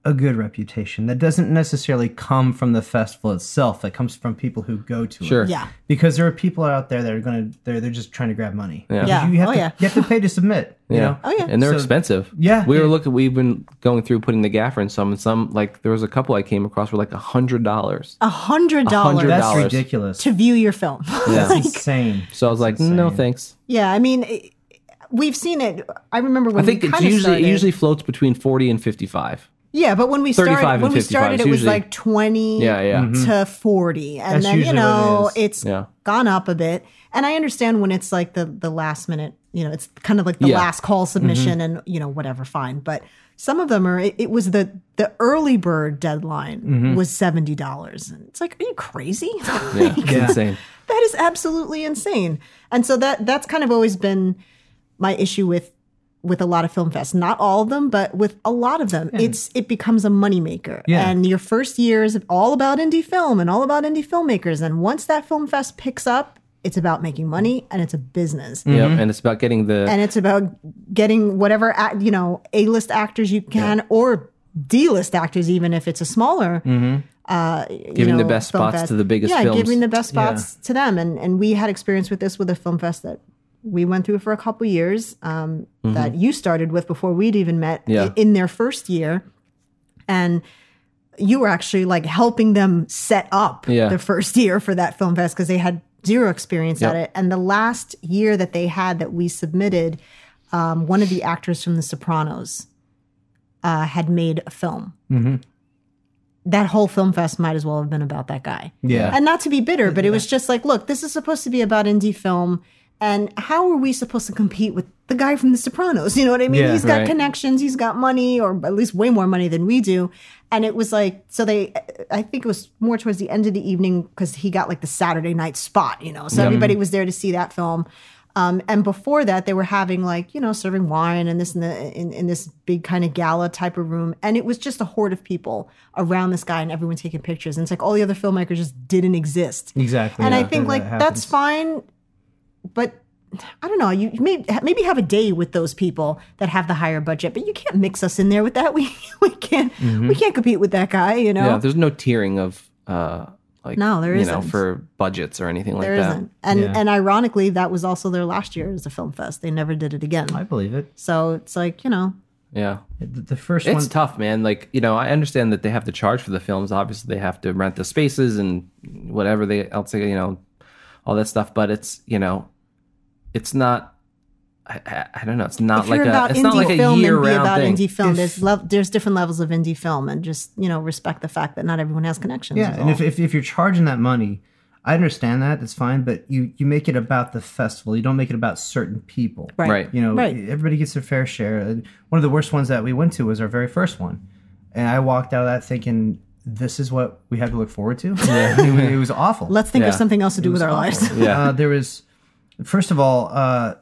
D: a good reputation. That doesn't necessarily come from the festival itself. That comes from people who go to
C: Sure.
D: it.
B: Yeah.
D: Because there are people out there that are gonna they're they're just trying to grab money.
C: Yeah.
B: Yeah.
D: You have
B: Oh,
D: to
B: yeah.
D: you have to pay to submit.
C: Yeah.
D: You know?
B: Oh, yeah.
C: And they're
D: So-
C: expensive.
D: Yeah.
C: We were
D: Yeah.
C: looking we've been going through putting the gaffer in some and some like there was a couple I came across for like a hundred dollars.
B: A hundred
C: $100.
B: dollars
D: That's
C: dollars.
D: ridiculous.
B: to view your film.
C: Yeah.
D: That's insane.
C: So I was like, no thanks.
B: yeah, I mean, it, we've seen it. I remember when
C: I think
B: we
C: it's
B: kinda
C: usually
B: started.
C: it usually floats between forty and fifty five.
B: yeah, but when we
C: 35
B: started
C: and
B: when we
C: 55,
B: started,
C: it's
B: it was
C: usually-
B: like twenty
C: Yeah, yeah.
B: to forty, and
D: That's
B: then you
D: usually what it
B: know
D: is.
B: it's
C: Yeah.
B: gone up a bit. And I understand when it's like the the last minute, you know, it's kind of like the
C: Yeah. Mm-hmm.
B: last call submission, and you know whatever, fine. But some of them are. It, it was the the early bird deadline was seventy dollars, and it's like, are you crazy?
C: Mm-hmm. Yeah. It's
D: Yeah.
C: insane.
B: that is absolutely insane and so that that's kind of always been my issue with with a lot of film fests not all of them but with a lot of them it's it becomes a moneymaker
D: Yeah.
B: and your first year is all about indie film and all about indie filmmakers and once that film fest picks up it's about making money and it's a business
C: Yeah.
D: Mm-hmm.
C: And it's about getting the
B: and it's about getting whatever act, you know a list actors you can or d list actors even if it's a smaller uh, giving
C: Mm-hmm. Giving the best spots to the biggest
B: yeah
C: films.
B: giving the best spots to them and and we had experience with this with a film fest that we went through for a couple years um, that you started with before we'd even met
C: Mm-hmm. Yeah.
B: i- in their first year and you were actually like helping them set up
C: Yeah.
B: the first year for that film fest because they had zero experience at
C: Yep.
B: it. And the last year that they had that we submitted, um, one of the actors from The Sopranos uh, had made a film. That whole film fest might as well have been about that guy.
D: Yeah.
B: And not to be bitter, but it was just like, look, this is supposed to be about indie film. And how are we supposed to compete with the guy from The Sopranos? You know what I mean?
D: Yeah.
B: He's got
C: Right.
B: connections, he's got money, or at least way more money than we do. And it was like, so they, I think it was more towards the end of the evening because he got like the Saturday night spot, you know? So everybody was there to see that film. Um, and before that, they were having like, you know, serving wine and this and the, in, in this big kind of gala type of room. And it was just a horde of people around this guy and everyone taking pictures. And it's like all the other filmmakers just didn't exist.
D: Exactly.
B: And I
D: yeah,
B: think
D: that
B: like
D: happens.
B: that's fine, but I don't know. You may, maybe have a day with those people that have the higher budget, but you can't mix us in there with that. We we can't we can't compete with that guy. You know,
C: Mm-hmm. Yeah, there's no tiering of uh like
B: No, there
C: you know
B: isn't.
C: for budgets or anything like
B: there
C: that.
B: isn't. And
D: Yeah.
B: and ironically, that was also their last year as a film fest. They never did it again.
D: I believe it.
B: So it's like you know,
C: Yeah.
D: The, the first
C: It's
D: one,
C: tough, man. Like, you know, I understand that they have to charge for the films. Obviously, they have to rent the spaces and whatever they else, you know, all that stuff, but it's, you know, it's not I, I, I don't know. It's not
B: if
C: like
B: you're
C: a
B: about
C: it's not
B: indie
C: like a
B: film
C: year
B: and be
C: round
B: about
C: thing.
B: indie film,
D: If-
B: there's lev- there's different levels of indie film, and just you know respect the fact that not everyone has connections.
D: yeah.
B: is
D: And
B: all.
D: if, if if you're charging that money, I understand that it's fine, but you you make it about the festival. You don't make it about certain people,
B: right.
C: Right.
D: You know,
B: Right.
D: everybody gets their fair share. And One of the worst ones that we went to was our very first one, and I walked out of that thinking, "This is what we had to look forward to." it, was awful.
B: Let's think of
C: Yeah.
B: something else to do with our lives.
C: Yeah.
D: Uh, there was, first of all, uh,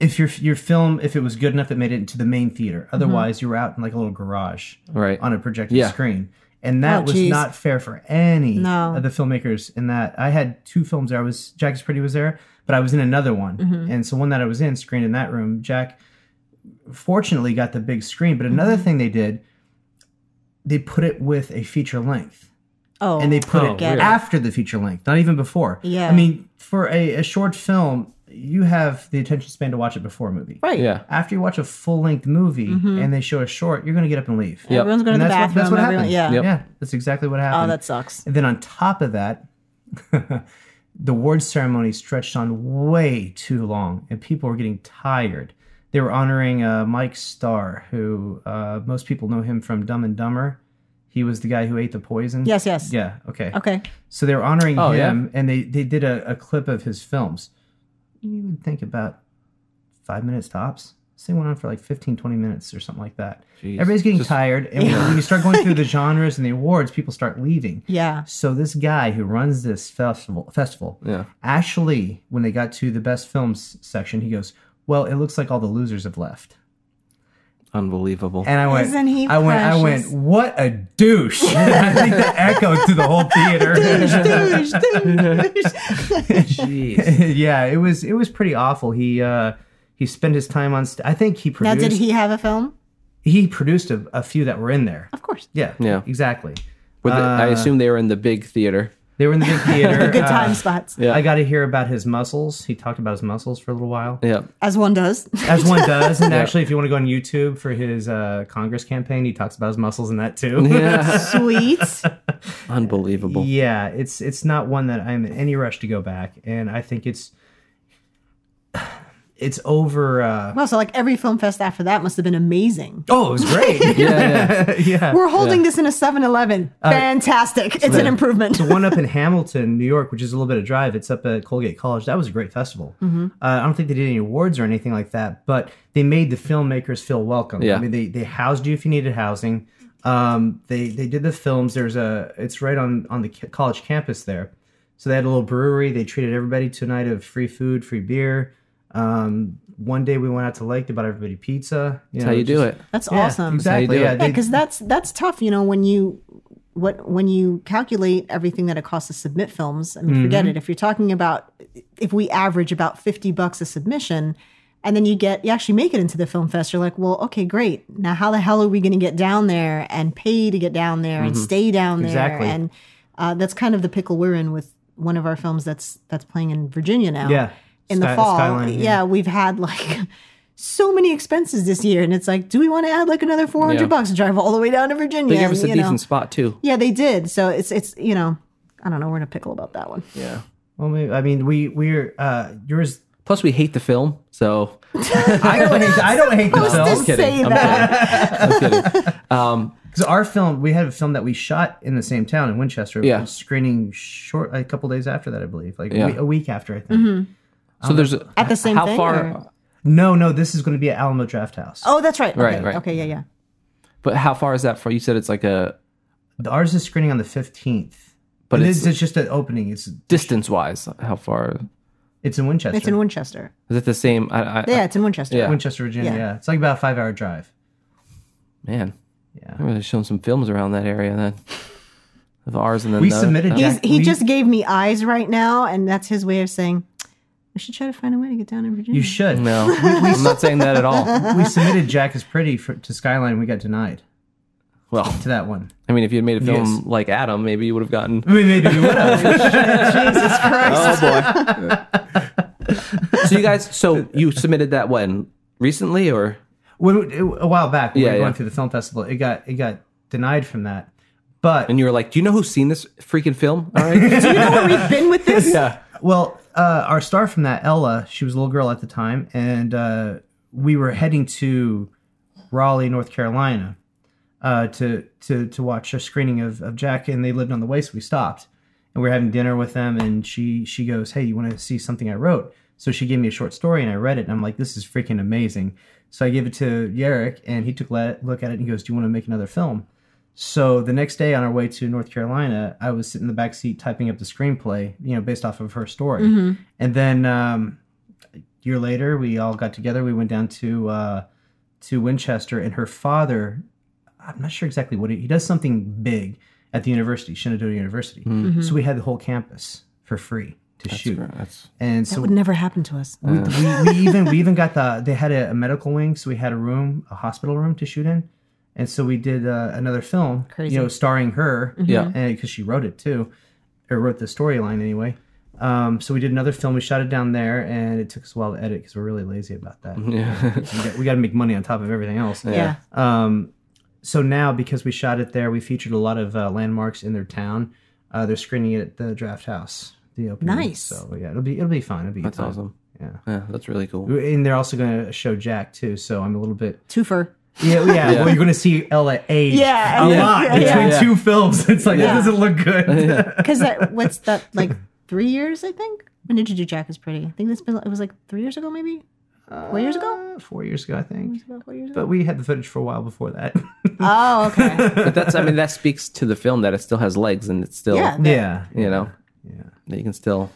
D: if your your film, if it was good enough, it made it into the main theater.
B: Mm-hmm.
D: Otherwise, you were out in like a little garage,
C: Right.
D: on a projected
C: Yeah.
D: screen, and that
B: Oh,
D: was
B: geez.
D: not fair for any
B: No.
D: of the filmmakers. In that, I had two films there. I was Jack's Pretty was there, but I was in another one,
B: Mm-hmm.
D: and so one that I was in screened in that room. Jack, fortunately, got the big screen. But another
B: Mm-hmm.
D: thing they did, they put it with a feature length
B: Oh,
D: and they put
C: Oh,
D: it
C: really?
D: after the feature length, not even before.
B: Yeah.
D: I mean, for a, a short film, you have the attention span to watch it before a movie.
B: right. Mm-hmm.
C: yeah.
D: After you watch a full length movie and they show a short, you're going to get up and leave.
C: Yep.
B: Everyone's going
D: And
B: to the
D: that's what,
B: bathroom.
D: that's what
B: everyone,
D: happened.
B: yeah.
C: Yep.
D: Yeah. That's exactly what happened.
B: Oh, that sucks.
D: and then on top of that, the award ceremony stretched on way too long and people were getting tired. They were honoring uh, Mike Starr, who uh, most people know him from Dumb and Dumber. He was the guy who ate the poison.
B: Yes, yes.
D: Yeah. Okay.
B: Okay.
D: So they were honoring
C: Oh, yeah.
D: him, and they they did a, a clip of his films. You would think about five minutes tops. This thing went on for like 15, 20 minutes or something like that.
C: Jeez.
D: Everybody's getting
C: Just-
D: tired, and when- when you start going through the genres and the awards, people start leaving.
B: Yeah.
D: So this guy who runs this festival festival
C: Yeah.
D: actually, when they got to the best films section, he goes, "Well, it looks like all the losers have left."
C: Unbelievable.
D: And I went,
B: Isn't he
D: I went, I went,
B: precious?
D: what a douche! And I think that echoed through the whole theater.
B: Douche, douche, douche.
C: Jeez.
D: yeah, it was it was pretty awful. He uh he spent his time on. St- I think he
B: now,
D: produced.
B: did
D: he-,
B: he have a film?
D: produced a, a few that were in there.
B: Of course.
D: Yeah,
C: Yeah.
D: exactly.
C: Were they- I
D: Uh,
C: assume they were in the big theater.
D: They were in the big theater.
B: Good
D: Uh,
B: time spots,
C: Yeah.
D: I got to hear about his muscles. He talked about his muscles for a little while,
C: Yeah.
B: as one does.
D: as one does. And actually, if you want to go on YouTube for his uh, Congress campaign, he talks about his muscles in that too.
C: Yeah.
B: Sweet.
C: Unbelievable.
D: Yeah, it's it's not one that I'm in any rush to go back, and I think it's it's over. Uh,
B: Well, so like every film fest after that must have been amazing.
D: oh, it was great.
C: Yeah,
D: yeah.
B: We're holding this in a 7 Eleven. Fantastic. It's an improvement.
D: the one up in Hamilton, New York, which is a little bit of drive. It's up at Colgate College. That was a great festival.
B: Mm-hmm.
D: Uh, I don't think they did any awards or anything like that, but they made the filmmakers feel welcome.
C: Yeah.
D: I mean, they they housed you if you needed housing. Um, they they did the films. There's a it's right on on the ca- college campus there, so they had a little brewery. They treated everybody to a night of free food, free beer. Um, one day we went out to Lake. They bought everybody pizza.
C: That's how you do it.
B: That's
D: Yeah,
B: awesome.
C: how you
D: Exactly.
C: do
D: Yeah,
C: it.
B: Yeah,
D: they-
B: because that's that's tough. You know, when you what when you calculate everything that it costs to submit films, I mean, forget
D: Mm-hmm.
B: it. If you're talking about if we average about fifty bucks a submission, and then you get you actually make it into the film fest, you're like, well, okay, great. Now, how the hell are we going to get down there and pay to get down there and stay down there?
D: Mm-hmm. Exactly.
B: And uh, that's kind of the pickle we're in with one of our films that's that's playing in Virginia now
D: Yeah.
B: in the
D: Sky-
B: fall.
D: Skyline,
B: yeah. we've had like so many expenses this year, and it's like, do we want to add like another four hundred
C: Yeah.
B: bucks to drive all the way down to Virginia?
C: They gave us a
B: and, you know.
C: decent spot too.
B: Yeah, they did. So it's it's you know, I don't know. We're in a pickle about that one.
C: Yeah.
D: Well, maybe, I mean, we we're uh, yours.
C: Plus, we hate the film, so
D: I don't hate. I don't hate the
B: supposed
D: film.
B: to
C: I'm kidding.
B: say
C: I'm kidding. I'm kidding.
D: Because our film, we had a film that we shot in the same town in Winchester. It
C: Yeah.
D: was screening short a couple days after that, I believe, like
C: Yeah.
D: a, wee- a week after, I think.
B: Mm-hmm.
C: So there's a,
B: At the same
C: how
B: thing,
C: far,
B: or-
D: No, no, this is going to be at Alamo Draft House.
B: Oh, that's right.
C: Right,
B: okay.
C: right.
B: Okay, yeah, yeah.
C: but how far is that for? You said it's like a
D: Ours is screening on the fifteenth,
C: But
D: but
C: it's-
D: it's, it's just an opening. It's
C: distance wise. How far
D: it's in Winchester,
B: It's in Winchester.
C: is it? The same? I, I,
B: Yeah, it's in Winchester.
C: Yeah.
D: Winchester, Virginia.
B: Yeah.
D: Yeah. it's like about a five hour drive.
C: man,
D: Yeah.
B: Mm-hmm.
C: I'm really showing some films around that area then. Of ours and then
D: We
C: the-
D: submitted
C: uh,
D: Jack-
B: He's, he
D: we-
B: just gave me eyes right now, and that's his way of saying I should try to find a way to get down in Virginia.
D: You should.
C: No, I'm not saying that at all.
D: We submitted Jack is Pretty for, to Skyline. We got denied
C: Well,
D: to that one.
C: I mean, if you had made a film
D: Yes.
C: like Adam, maybe you would have gotten.
D: I mean, maybe we would have.
C: Oh boy. so you guys, so you submitted that when recently or?
D: when, a while back, when
C: Yeah,
D: we were going
C: yeah.
D: through the film festival, it got it got denied from that. But
C: And you were like, do you know who's seen this freaking film? All right.
B: You know where we've been with this?
C: yeah.
D: Well, uh, our star from that, Ella, she was a little girl at the time, and uh, we were heading to Raleigh, North Carolina, uh, to to to watch a screening of, of Jack, and they lived on the way, so we stopped, and we were having dinner with them, and she she goes, "Hey, you want to see something I wrote?" So she gave me a short story, and I read it, and I'm like, "This is freaking amazing." So I gave it to Yerrick, and he took a look at it, and he goes, "Do you want to make another film?" So the next day on our way to North Carolina, I was sitting in the back seat typing up the screenplay, you know, based off of her
B: Mm-hmm.
D: story. And then um, a year later, we all got together. We went down to uh, to Winchester, and her father, I'm not sure exactly what he, he does something big at the university, Shenandoah University. So we had the whole campus for free to shoot.
C: That's
D: And
B: That
D: so
B: would never happen to
C: Uh,
B: us.
D: we, we, we even we even got the they had a, a medical wing, so we had a room, a hospital room to shoot in, and so we did uh, another film,
B: Crazy. Mm-hmm.
D: you know, starring her,
C: Yeah.
D: because she wrote it too, or wrote the storyline anyway. Um, so we did another film. We shot it down there, and it took us a while to edit because we're really lazy about that.
C: Mm-hmm. yeah.
D: We got, we got to make money on top of everything else.
B: Yeah.
D: Um, so now, because we shot it there, we featured a lot of uh, landmarks in their town. Uh, they're screening it at the Draft House. The opening.
B: Nice.
D: So yeah, it'll be it'll be fun. It'll be a
C: That's
D: good time.
C: awesome.
D: Yeah.
C: Yeah, that's really cool.
D: And they're also going to show Jack too, so I'm a little bit.
B: Twofer.
D: Yeah, yeah. Well, you're going to see Ella age
B: Yeah,
D: a
B: yeah,
D: lot
B: yeah,
D: between
C: yeah.
D: two films. It's like
B: Yeah.
D: this doesn't look good.
B: Because that, what's that, like three years, I think? When did you do Jack is Pretty? I think that's been, it was like three years ago, maybe? Four years ago?
D: Uh, four years ago, I think.
B: About four years ago?
D: But we had the footage for a while before that.
B: Oh, okay.
C: But that's, I mean, that speaks to the film that it still has legs and it's still,
B: Yeah.
D: yeah.
C: you know,
D: Yeah.
C: that you can still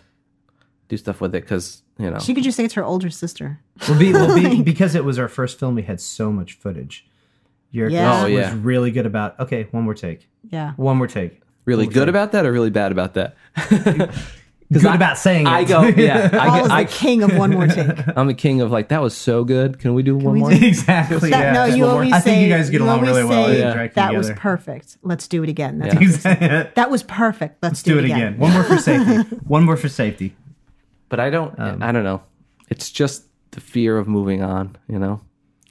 C: do stuff with it because, you know.
B: She could just say it's her older sister.
D: Well, be, well be, because it was our first film, we had so much footage. Your
B: Yeah.
C: Oh, yeah.
D: was really good about. Okay, one more take.
B: Yeah.
D: One more take.
C: really good about that or really bad about that?
D: Good
C: I-
D: about saying.
C: I
D: it.
C: go, yeah. I,
B: Paul is
C: go-
B: the
C: I,
B: king of one more take.
C: I'm the king of like, that was so good. Can we do one
B: we
C: more?
B: do-
D: exactly.
B: That-
D: yeah.
B: no,
D: Just
B: you
D: one more.
B: always
D: I
B: say,
D: think you guys get
B: you
D: along
B: always
D: really well.
B: say,
D: and interact
B: That was
D: together."
B: perfect. Let's do it again. That's
C: Yeah.
B: what-
D: Exactly.
B: That was perfect. Let's,
D: do it again. One more for safety. One more for safety.
C: But I don't,
D: Um,
C: I don't know. It's just the fear of moving on, you know?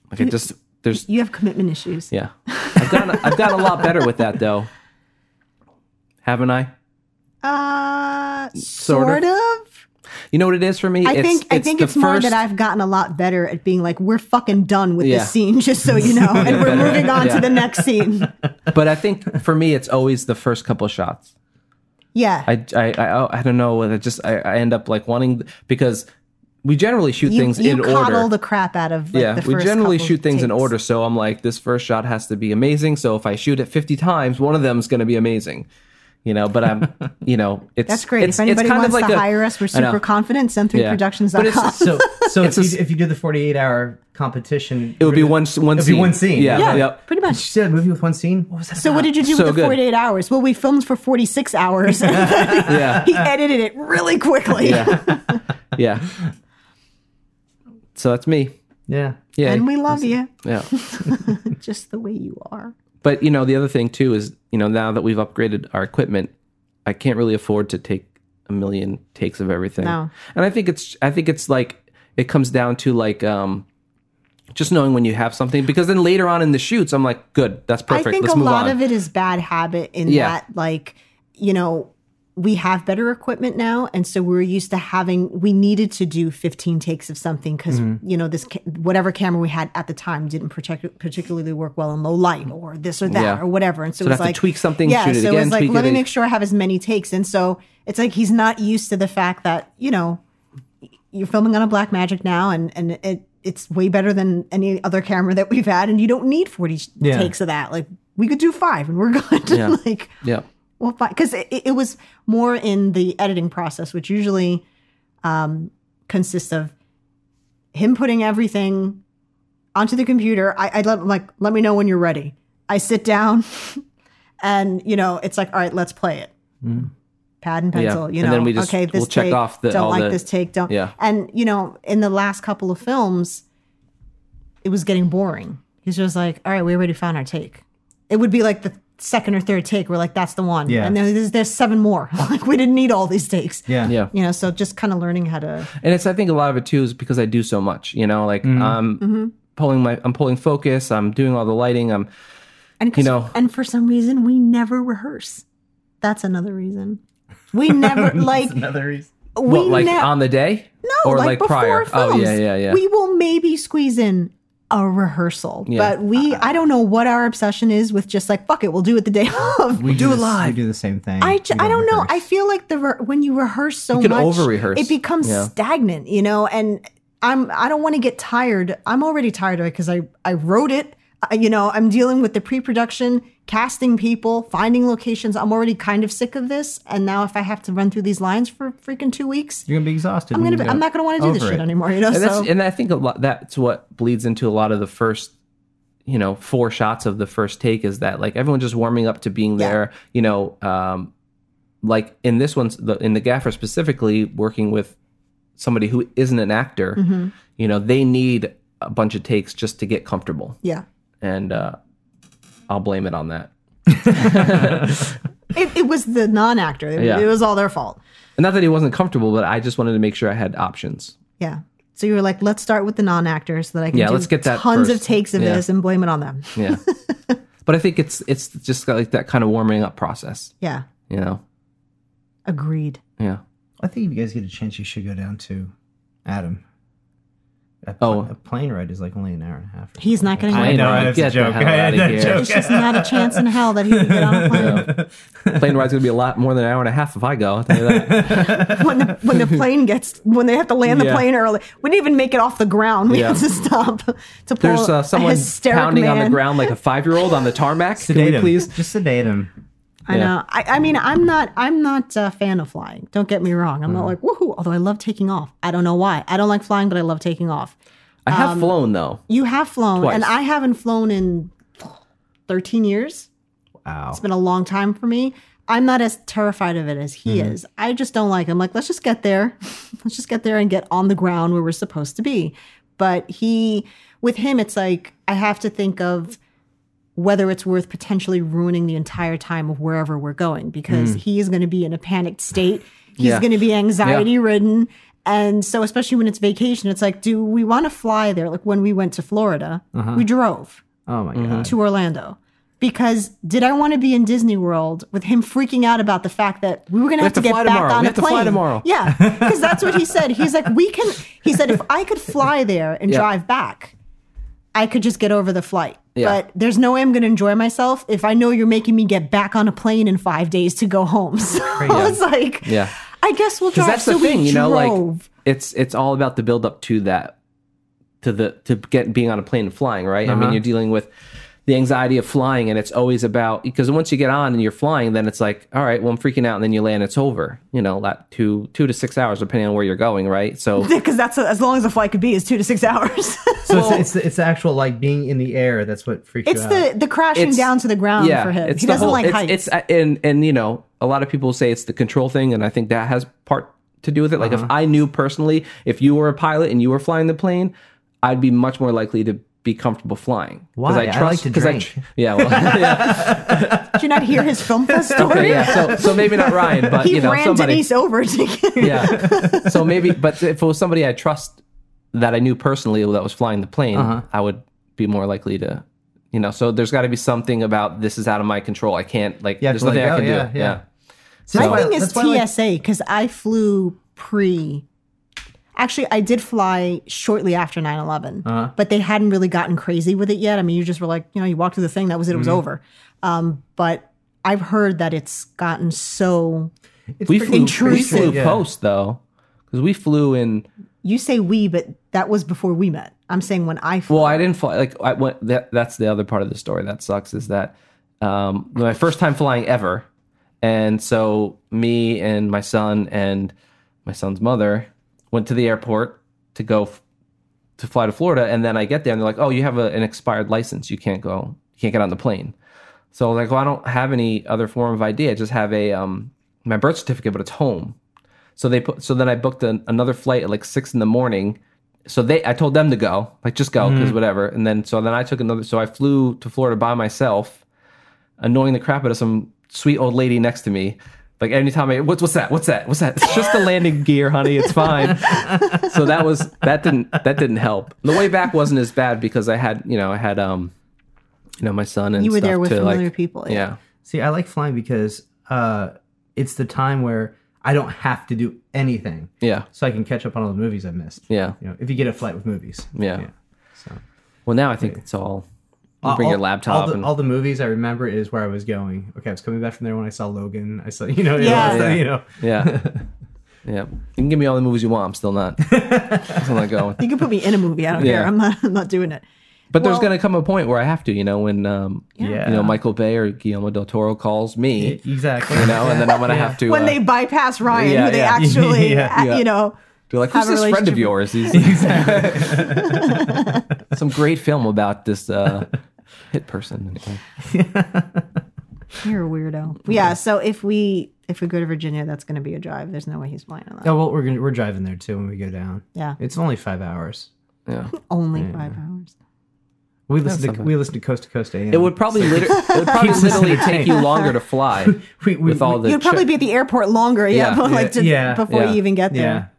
C: Like, it just, there's,
B: You have commitment issues.
C: yeah. I've gotten, I've gotten a lot better with that though. Haven't I?
B: Uh,
C: Sort
B: sort
C: of.
B: of.
C: You know what it is for me?
B: I think I think
C: the
B: it's more
C: first-
B: that I've gotten a lot better at being like, we're fucking done with
C: Yeah.
B: this scene, just so you know, and we're moving on
C: Yeah.
B: to the next scene.
C: But I think for me, it's always the first couple shots.
B: Yeah,
C: I, I, I, I don't know. I just I, I end up like wanting because we generally shoot
B: you,
C: things
B: you
C: in
B: coddle
C: order.
B: the crap out of like,
C: yeah,
B: the first
C: we generally
B: couple
C: shoot things in
B: takes.
C: order. So I'm like, this first shot has to be amazing. So if I shoot it 50 times, one of them's going to be amazing. You know, but I'm, you know, it's
B: That's great. if
C: It's,
B: anybody
C: it's kind
B: wants
C: of like
B: to
C: a-
B: hire us, we're
C: I know.
B: super confident. Send through
C: Yeah. But
B: productions.com.
C: it's-
D: So, so if,
C: a
D: you, if you did the 48 hour competition,
C: It would be one s- one
D: it'd
C: scene.
D: Be one scene.
C: Yeah,
B: yeah,
C: yep.
B: pretty much.
D: She did a movie with one scene. What was that?
B: So what did you do
C: So
B: with the
C: good.
B: 48 hours? Well, we filmed for 46 hours. he
C: yeah,
B: edited it really quickly.
C: yeah, yeah. So that's me.
D: Yeah.
C: Yeah,
B: And we love you
C: yeah.
B: just the way you are.
C: But you know, the other thing too is, you know, now that we've upgraded our equipment, I can't really afford to take a million takes of everything.
B: No.
C: And I think it's I think it's like it comes down to like um just knowing when you have something because then later on in the shoots I'm like, good, that's perfect.
B: I think
C: Let's
B: a
C: move
B: lot
C: on.
B: of it is bad habit in
C: Yeah.
B: that, like, you know, we have better equipment now. And so we're used to having, we needed to do 15 takes of something because,
C: Mm-hmm.
B: you know, this, ca- whatever camera we had at the time didn't protect, particularly work well in low light or this or that
C: Yeah.
B: or whatever. And so,
C: So
B: it
C: I'd
B: was
C: have to
B: like,
C: tweak something,
B: yeah,
C: shoot it
B: so it
C: again,
B: was like,
C: tweak
B: let
C: it
B: me
C: ag-
B: make sure I have as many takes. And so it's like, he's not used to the fact that, you know, you're filming on a black magic now and and it it's way better than any other camera that we've had and you don't need 40 sh
D: Yeah.
B: takes of that like we could do five and we're good
C: Yeah.
B: like
C: Yeah.
B: well because it, it was more in the editing process which usually um consists of him putting everything onto the computer i i let like let me know when you're ready i sit down and you know it's like all right let's play it pad and pencil. You
C: Mm. And
B: know,
C: then we just-
B: okay, this
C: we'll check
B: take,
C: off the-
B: don't
C: all
B: like
C: the-
B: this take, don't.
C: yeah.
B: And you know, in the last couple of films, it was getting boring. He's just like, all right, we already found our take. It would be like the second or third take. We're like, that's the one.
D: Yeah.
B: And then there's, there's seven more. like we didn't need all these takes.
D: Yeah.
C: Yeah.
B: You know, so just kind of learning how to.
C: and it's I think a lot of it too is because I do so much. You know, like I'm
B: Mm-hmm.
C: pulling my I'm pulling focus. I'm doing all the lighting. I'm
B: And 'cause-
C: You know-
B: and for some reason, we never rehearse. That's another reason. We never like
D: Another reason.
B: we
C: what like
B: ne-
C: on the day
B: no,
C: or
B: like,
C: like,
B: before
C: prior.
B: films.
C: Oh yeah, yeah, yeah.
B: We will maybe squeeze in a rehearsal, but we I don't know what our obsession is with just like fuck it, we'll do it the day of.
D: We do,
C: it
D: this-
C: live.
D: We do the same thing.
B: I,
D: We
B: j- I don't know.
D: rehearse.
B: I feel like the re- when you rehearse so
C: can
B: much,
C: over-rehearse.
B: it becomes
C: Yeah.
B: stagnant, you know. And I'm I don't want to get tired. I'm already tired of it because I I wrote it. I, you know, I'm dealing with the pre-production, casting people, finding locations. I'm already kind of sick of this. And now if I have to run through these lines for freaking two weeks,
D: You're gonna be exhausted.
B: I'm gonna be, I'm not gonna want to do this shit anymore. You know,
C: and,
B: so
C: that's, and I think a lot that's what bleeds into a lot of the first, you know, four shots of the first take is that like everyone just warming up to being
B: Yeah.
C: there. You know, um, like in this one, the, in the gaffer specifically, working with somebody who isn't an actor,
B: Mm-hmm.
C: you know, they need a bunch of takes just to get comfortable,
B: yeah.
C: and uh, I'll blame it on that.
B: It, it was the non-actor. It,
C: Yeah.
B: it was all their fault.
C: And not that he wasn't comfortable, but I just wanted to make sure I had options.
B: Yeah. So you were like, let's start with the non-actor so that I can
C: Yeah,
B: do
C: let's get that
B: tons
C: first.
B: of takes of
C: Yeah.
B: this and blame it on them.
C: Yeah. But I think it's it's just like that kind of warming up process,
B: Yeah.
C: you know.
B: Agreed.
C: Yeah.
D: I think if you guys get a chance, you should go down to Adam. A, pl-
C: Oh.
D: a plane ride is like only an hour and a half. Or
B: He's not getting
D: I
B: on
D: know,
B: a
C: ride.
D: that's a
C: Get the
D: joke.
C: hell
D: I-
C: outta
D: that
C: here.
D: joke.
B: There's just not a chance in hell that he could get on a plane.
C: plane ride's gonna be a lot more than an hour and a half if I go. I'll tell you that.
B: When, the, when the plane gets, when they have to land the
C: Yeah.
B: plane early, we didn't even make it off the ground. We
C: Yeah.
B: had to stop to pull
C: There's uh,
B: a
C: someone
B: hysteric
C: pounding on the
B: man.
C: ground like a five year old on the tarmac. Can
D: Sedate
C: we
D: him.
C: please?
D: Just sedate him.
B: I
C: Yeah.
B: know. I, I mean, I'm not. I'm not a fan of flying. Don't get me wrong. I'm
C: Mm-hmm.
B: not like woohoo. Although I love taking off. I don't know why. I don't like flying, but I love taking off.
C: I have
B: Um,
C: flown though.
B: You have flown, and
C: Twice.
B: I haven't flown in 13 years.
D: Wow.
B: It's been a long time for me. I'm not as terrified of it as he
C: Mm-hmm.
B: is. I just don't like. I'm like, let's just get there. let's just get there and get on the ground where we're supposed to be. But he, with him, it's like I have to think of whether it's worth potentially ruining the entire time of wherever we're going because he is going to be in a panicked state. He's
C: Mm. Yeah.
B: going to be anxiety ridden. And so, especially when it's vacation, it's like, do we want to fly there? Like when we went to Florida,
C: Uh-huh.
B: we drove
D: Oh my
C: Mm-hmm.
D: god.
B: to Orlando because did I want to be in Disney World with him freaking out about the fact that we were going to have to
C: have to
B: get
C: fly
B: back
C: tomorrow.
B: on
C: We
B: a
C: have to fly
B: plane
C: tomorrow.
B: Yeah, because that's what he said. He's like, we can. He said, if I could fly there and
C: Yeah.
B: drive back, I could just get over the flight.
C: Yeah.
B: But there's no way I'm going to enjoy myself if I know you're making me get back on a plane in five days to go home. So it's like,
C: Yeah.
B: I guess we'll
C: Because
B: drive.
C: that's
B: so
C: the thing,
B: we
C: you know,
B: drove.
C: like it's it's all about the build up to that to the to get being on a plane and flying, right? I mean you're dealing with the anxiety of flying and it's always about because once you get on and you're flying, then it's like, all right, well I'm freaking out and then you land, it's over. You know, that two two to six hours depending on where you're going, right? So
B: because that's as long as the flight could be is two to six hours.
D: So it's, it's, the, it's the actual like being in the air. That's what freaks
B: It's
D: you
B: the,
D: out.
B: the crashing
C: It's-
B: down to the ground um, for him. He
C: the
B: doesn't like
C: it's,
B: heights.
C: It's uh, and and you know a lot of people say it's the control thing, and I think that has part to do with it. Like
D: Uh-huh.
C: if I knew personally, if you were a pilot and you were flying the plane, I'd be much more likely to be comfortable flying.
D: Why? I like to
C: 'cause
D: drink.
C: tr- yeah, well, yeah,
B: Did you not hear his film fest story?
C: okay, yeah. So so maybe not Ryan, but
B: He
C: you know
B: ran
C: somebody.
B: Denise over to get
C: Yeah. so maybe, but if it was somebody I trust that I knew personally that was flying the plane,
D: Uh-huh.
C: I would be more likely to. You know, so there's got to be something about this is out of my control. I can't like.
D: You have
C: There's
D: to let
C: nothing I
D: go,
C: can
D: yeah,
C: do.
D: yeah. So
B: My
D: that's
B: thing
D: why-
B: is
D: that's why, like-
B: TSA because I flew pre. Actually, I did fly shortly after 9 11,
C: Uh-huh.
B: but they hadn't really gotten crazy with it yet. I mean, you just were like, you know, you walked through the thing, that was it, it was
C: Mm-hmm.
B: over. Um, but I've heard that it's gotten so.
D: It's
C: we
D: pretty-
C: flew, we
B: intrusive.
C: flew
D: Yeah.
C: post though because we flew in
B: You say we, but that was before we met. I'm saying when I flew.
C: well i didn't fly like i went that, that's the other part of the story that sucks is that um my first time flying ever and so me and my son and my son's mother went to the airport to go f- to fly to florida and then i get there and they're like oh you have a, an expired license you can't go you can't get on the plane so I was like well i don't have any other form of id i just have a um my birth certificate, but it's home. So they put. So then I booked an, another flight at like six in the morning. So they, I told them to go, like just go,
D: Mm.
C: because whatever. And then so then I took another. So I flew to Florida by myself, annoying the crap out of some sweet old lady next to me. Like anytime I, what's what's that? What's that? What's that? It's just the landing gear, honey. It's fine. so that was that didn't that didn't help. The way back wasn't as bad because I had you know I had um, you know my son and
B: You were
C: stuff
B: there with
C: to, like-
B: familiar people, yeah.
C: Yeah.
D: See, I like flying because uh, it's the time where I don't have to do anything,
C: Yeah.
D: so I can catch up on all the movies I missed.
C: Yeah.
D: You know, if you get a flight with movies.
C: Yeah.
D: So
C: Well, now I think it's all. You bring
D: Uh, all-
C: your laptop
D: All the,
C: and
D: all the movies I remember is where I was going. Okay, I was coming back from there when I saw Logan. I saw you know yeah,
B: Yeah.
D: you know,
C: Yeah.
D: you know.
C: yeah, yeah. You can give me all the movies you want. I'm still not. I'm still not going.
B: You can put me in a movie. I don't
C: Yeah.
B: care. I'm not. I'm not doing it.
C: But there's
B: Well-
C: going to come a point where I have to, you know, when um,
D: Yeah.
C: you know Michael Bay or Guillermo del Toro calls me,
D: exactly.
C: you know, and then I'm going to have to.
B: when
C: uh,
B: they bypass Ryan,
C: yeah,
B: who they
C: yeah.
B: actually,
D: Yeah,
B: uh,
C: yeah.
B: you know,
C: They're like,
B: have
C: who's
B: a
C: this friend of
B: relationship-
C: yours? He's some great film about this uh, hit person.
B: you're a weirdo. Yeah. So if we if we go to Virginia, that's going to be a drive. There's no way he's flying on that.
D: Yeah, well, we're gonna, we're driving there too when we go down.
B: Yeah.
D: It's only five hours.
C: Yeah.
B: Only five hours.
D: We listen
C: not
D: to
C: bad.
D: we listen to Coast to Coast AM.
C: It would probably liter- it would probably
D: Keeps us
C: literally
D: entertained.
C: take you longer to fly
D: we, we,
C: with all the
B: You'd probably
C: trip.
B: be at the airport longer. Yeah.
C: Yeah.
B: but like to,
D: Yeah.
B: before
C: Yeah.
B: you even get
D: yeah.
B: there.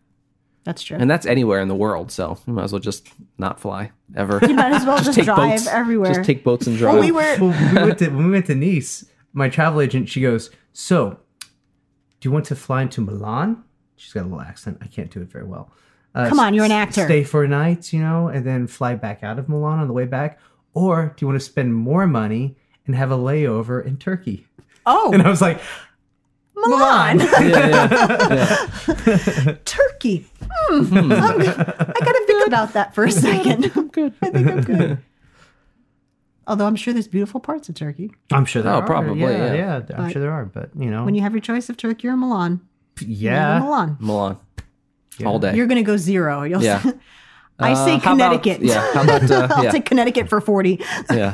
B: That's true.
C: and that's anywhere in the world. So you might as well just not fly ever.
B: you might as well just, drive everywhere.
C: Just take boats and drive.
B: well, Oh, we were.
D: Well, we went to, when we went to Nice, my travel agent she goes, "So, do you want to fly into Milan?" She's got a little accent. I can't do it very well. Uh,
B: Come on, you're an
D: s-
B: actor.
D: Stay for a night, you know, and then fly back out of Milan on the way back, or do you want to spend more money and have a layover in Turkey? And
B: Oh,
D: I was like,
B: Milan,
C: Yeah, yeah.
B: Turkey. Hmm. I'm g- I got to think about that for a second. I'm good. I think I'm good. Although I'm sure there's beautiful parts of Turkey.
D: "I'm sure there
C: Oh,
D: are.
C: probably,
D: yeah,
C: yeah.
D: I'm
B: But-
D: sure there are." But you know,
B: When you have your choice of Turkey or Milan,
D: yeah,
B: Milan.
C: Milan all day.
B: You're going to go zero. You'll
C: Yeah.
B: I say
C: Uh, how about-
B: Connecticut.
C: yeah, how about uh,
B: I'll
C: yeah,
B: take Connecticut for 40.
C: yeah.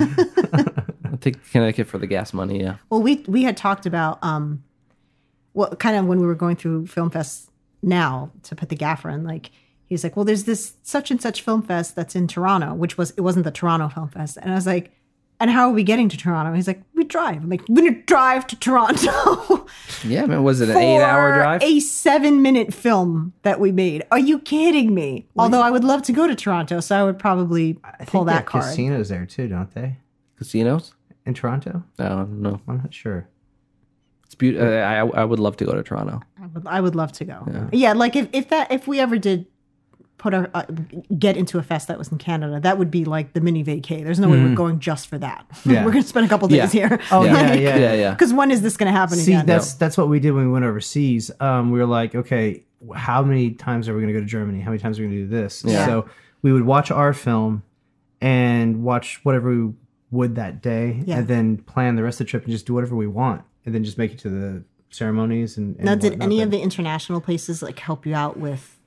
C: I'll take Connecticut for the gas money. Yeah,
B: Well, we we had talked about um what kind of when we were going through film fest now to put the gaffer in like he's like, "Well, there's this such and such film fest that's in Toronto," which was it wasn't the Toronto Film Fest. And I was like, "And how are we getting to Toronto?" He's like, "We drive." I'm like, "We're going to drive to Toronto."
C: yeah. Man, was it an eight-hour
B: for
C: drive?
B: A seven minute film that we made. Are you kidding me? Although I would love to go to Toronto, so I would probably
D: I
B: pull
D: think they
B: that
D: have
B: card.
D: casinos there too, don't they?
C: Casinos?
D: In Toronto,
C: Oh no,
D: I'm not sure.
C: it's beautiful. I, I I would love to go to Toronto.
B: I would, I would love to go. Yeah, like if, if that if we ever did put a uh, get into a fest that was in Canada, that would be like the mini vacay. There's no way we're going just for that.
D: Yeah.
B: we're going to spend a couple days
C: Yeah.
B: here.
D: Oh, yeah, yeah,
C: yeah, yeah. yeah.
B: Because when is this going to happen
D: See,
B: again?
D: that's that's what we did when we went overseas. Um, we were like, okay, how many times are we going to go to Germany? How many times are we going to do this?
C: Yeah.
D: So we would watch our film and watch whatever we would that day,
B: Yeah.
D: and then plan the rest of the trip and just do whatever we want, and then just make it to the ceremonies and. and
B: now, did
D: whatnot.
B: any
D: But-
B: of the international places like help you out with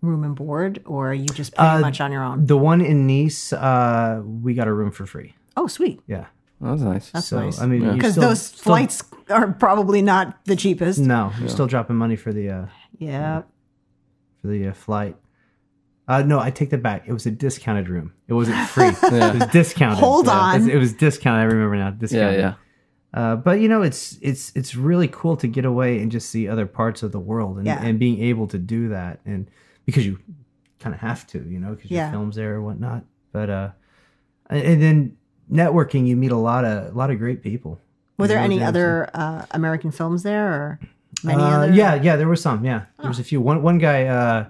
B: room and board, or are you just pretty much on your own?
D: the one in Nice? Uh, we got a room for free.
B: Oh, sweet.
D: Yeah.
C: Oh, that's nice.
D: So
B: nice.
D: I mean, you're
B: because
D: still-
B: those
D: still-
B: flights are probably not the cheapest.
D: No, you're still dropping money for the. Uh,
B: Yeah,
D: for the uh, flight. Uh, no, I take that back. It was a discounted room. It wasn't free. It was discounted.
B: Hold
D: Yeah.
B: on.
D: It was discounted. I remember now.
C: yeah,
D: Discounted.
C: yeah,
D: Uh, but you know, it's it's it's really cool to get away and just see other parts of the world, and,
B: Yeah.
D: and being able to do that, and because you kind of have to, you know, because your
B: Yeah.
D: films there or whatnot. But uh, and- and then networking, you meet a lot of a lot of great people.
B: were there
D: Yeah,
B: any
D: yeah,
B: other uh, American films there, or many
D: Uh,
B: other?
D: Yeah, yeah, there were some. Yeah, there was a few. One one guy, uh,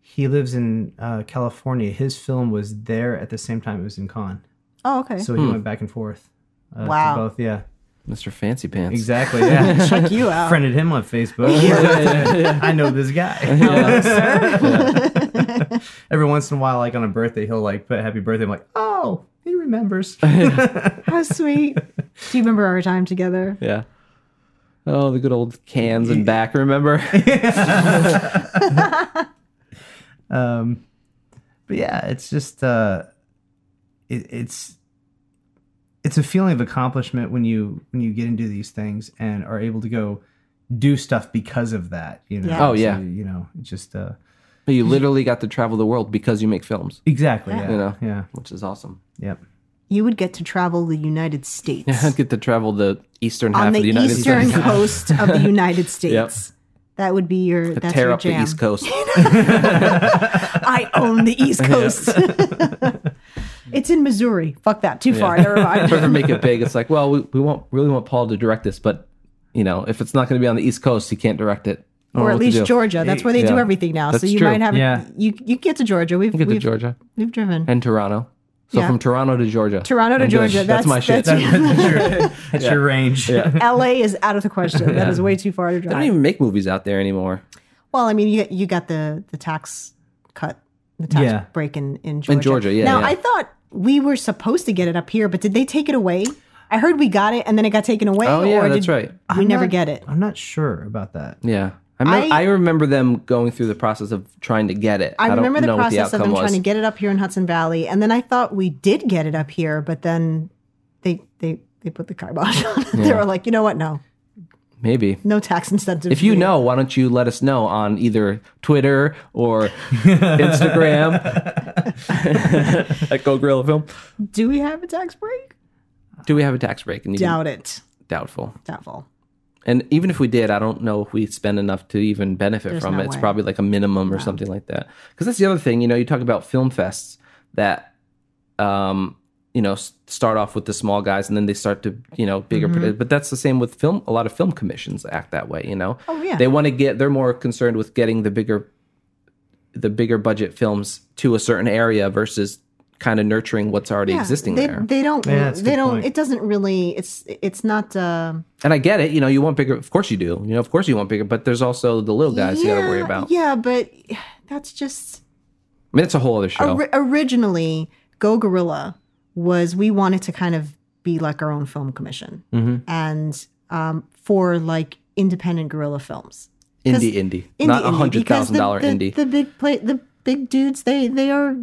D: he lives in uh, California. His film was there at the same time it was in Cannes,
B: Oh, okay.
D: so he went back and forth. Uh, to
B: Wow.
D: both, yeah,
C: Mr. Fancy Pants.
D: exactly. Yeah,
B: Check you out.
D: friended him on Facebook. I know this guy.
B: Oh,
D: Yeah. Every once in a while, like on a birthday, he'll like put "Happy Birthday." I'm like, oh, he remembers.
B: How sweet. Do you remember our time together?
C: Yeah. Oh, the good old cans and back. Remember?
D: um but yeah it's just uh it, it's it's a feeling of accomplishment when you when you get into these things and are able to go do stuff because of that. You know.
B: Yeah.
C: Oh, yeah.
D: So, you know, it just uh,
C: You literally got to travel the world because you make films,
D: exactly. Yeah.
C: You know.
D: Yeah.
C: which is awesome.
D: Yep.
B: You would get to travel the United States.
C: I'd get to travel the eastern half
B: on the,
C: of the United
B: eastern
C: States.
B: coast of the United States. That would be your that's
C: Tear
B: your
C: up
B: jam.
C: the East Coast.
B: I own the East Coast. it's in Missouri. Fuck that. Too far. Never
C: If ever
B: mind.
C: make it big, it's like, well, we, we won't really want Paul to direct this, but you know, if it's not going to be on the East Coast, he can't direct it. I don't know
B: or
C: what
B: at
C: to
B: least
C: do.
B: Georgia. That's where they do
C: Yeah.
B: everything now. so
C: That's
B: you
C: true.
B: might have
D: Yeah.
B: you you get to Georgia. We've
C: You Get to
B: we've,
C: Georgia
B: we've driven.
C: and Toronto. So
B: Yeah.
C: from Toronto to Georgia.
B: Toronto to
C: I'm doing-
B: Georgia. That's-
C: that's, my shit.
B: that's-
D: That's, your, that's your range.
B: LA is out of the question. That is way too far to
C: They
B: drive.
C: don't even make movies out there anymore.
B: well, I mean, you you got the the tax cut, the tax
D: Yeah.
B: break in in Georgia.
C: Georgia, yeah,
B: Now
C: yeah.
B: I thought we were supposed to get it up here, but did they take it away? I heard we got it, and then it got taken away.
C: Oh yeah,
B: or
C: that's
B: did
C: right.
B: We
D: I'm
B: never
D: not-
B: get it.
D: I'm not sure about that.
C: Yeah. I, mem-
B: I-
C: I, remember them going through the process of trying to get it.
B: I,
C: don't
B: remember the
C: know what
B: process of
C: outcome
B: them
C: was.
B: trying to get it up here in Hudson Valley, and then I thought we did get it up here, but then they they they put the kibosh on it. They were like, you know what? No,
C: Maybe.
B: no tax incentives.
C: If you
B: here.
C: know, why don't you let us know on either Twitter or Instagram at Go Gorilla Film?
B: do we have a tax break?
C: Do we have a tax break? And even-
B: Doubt it.
C: Doubtful.
B: Doubtful.
C: And even if we did, I don't know if we spend enough to even benefit
B: There's
C: from
B: no
C: it. It's
B: way.
C: probably like a minimum or something like that. Because that's the other thing, you know, you talk about film fests that, um, you know, s- start off with the small guys and then they start to, you know, bigger.
B: Mm-hmm.
C: But that's the same with film. A lot of film commissions act that way, you know.
B: Oh, yeah.
C: They want to get. They're more concerned with getting the bigger, the bigger budget films to a certain area versus kind of nurturing what's already
B: Yeah,
C: existing
B: they,
C: there.
B: They don't.
D: Yeah, that's a
B: they
D: good
B: don't.
D: point.
B: It doesn't really. It's it's not. Uh,
C: and I get it. You know, you want bigger. Of course you do. You know, of course you want bigger. But there's also the little guys
B: yeah,
C: you got to worry about.
B: Yeah, but that's just
C: I mean, that's a whole other show.
B: ori- originally Go Gorilla was we wanted to kind of be like our own film commission
C: Mm-hmm.
B: and um, for like independent guerrilla films.
C: indie, indie, not a
B: indie,
C: hundred
B: because
C: thousand
B: the-
C: dollar
B: the-
C: indie.
B: The big play, the big dudes, they they are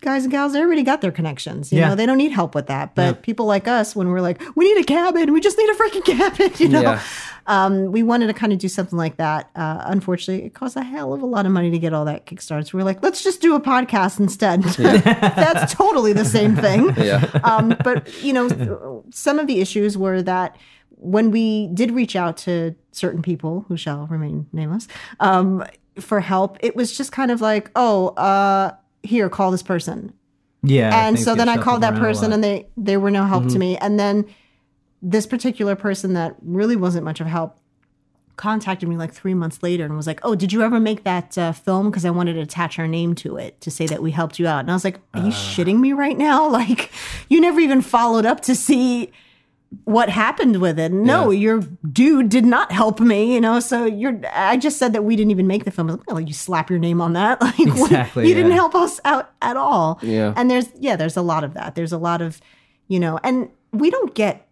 B: guys and gals. They already got their connections. You
D: Yeah.
B: know, they don't need help with that. But people like us, when we're like, we need a cabin, we just need a freaking cabin. You know,
C: Yeah.
B: um, we wanted to kind of do something like that. Uh, unfortunately, it costs a hell of a lot of money to get all that kickstarts. we were like, let's just do a podcast instead. That's totally the same thing
C: yeah,
B: um, but you know, some of the issues were that when we did reach out to certain people who shall remain nameless um, for help, it was just kind of like, oh, uh, here, call this person,
D: Yeah.
B: and
D: things
B: so
D: get
B: then I
D: shuffled
B: called that
D: around a
B: person,
D: lot.
B: and
D: Mm-hmm.
B: they they were no help to me, and then this particular person that really wasn't much of help contacted me like three months later and was like oh did you ever make that uh, film because i wanted to attach our name to it to say that we helped you out and i was like are
D: Uh.
B: you shitting me right now like you never even followed up to see what happened with it no your dude did not help me you know so you're i just said that we didn't even make the film I was like, "Oh, you slap your name on that like what-
D: Exactly,
B: you didn't
D: yeah.
B: help us out at all
C: Yeah.
B: and there's yeah there's a lot of that there's a lot of you know and we don't get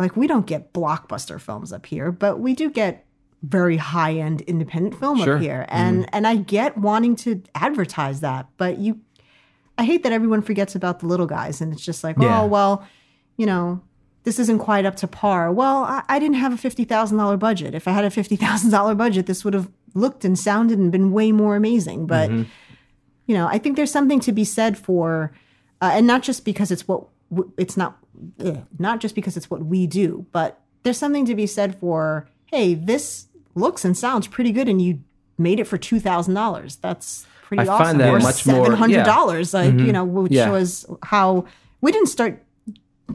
B: like we don't get blockbuster films up here but we do get very high end independent film
C: Sure. Mm-hmm.
B: up here and and i get wanting to advertise that but you i hate that everyone forgets about the little guys and it's just like
D: Yeah.
B: oh well you know this isn't quite up to par well i, I didn't have a $50000 budget if i had a $50000 budget this would have looked and sounded and been way more amazing
C: Mm-hmm.
B: but you know i think there's something to be said for uh, and not just because it's what w- it's not ugh, not just because it's what we do but there's something to be said for hey this looks and sounds pretty good and you made it for $2000 that's pretty
C: I
B: awesome
C: find that
B: or
C: much more- Mm-hmm.
B: $700 like you know which
C: Yeah.
B: was how we didn't start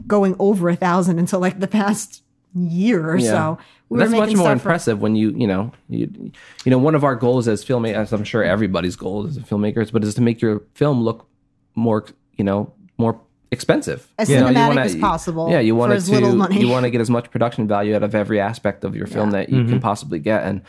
B: going over a thousand until like the past year or
C: Yeah.
B: so we
C: that's much more
B: stuff for-
C: impressive when you you know you you know one of our goals as filmmakers, as I'm sure everybody's goal as filmmakers, but is to make your film look more you know more expensive
B: As
C: You know, you
B: cinematic
C: wanna-
B: as possible
C: Yeah, you
B: for
C: want
B: as
C: to
B: little money.
C: you want to get as much production value out of every aspect of your film that you
D: Mm-hmm.
C: can possibly get, and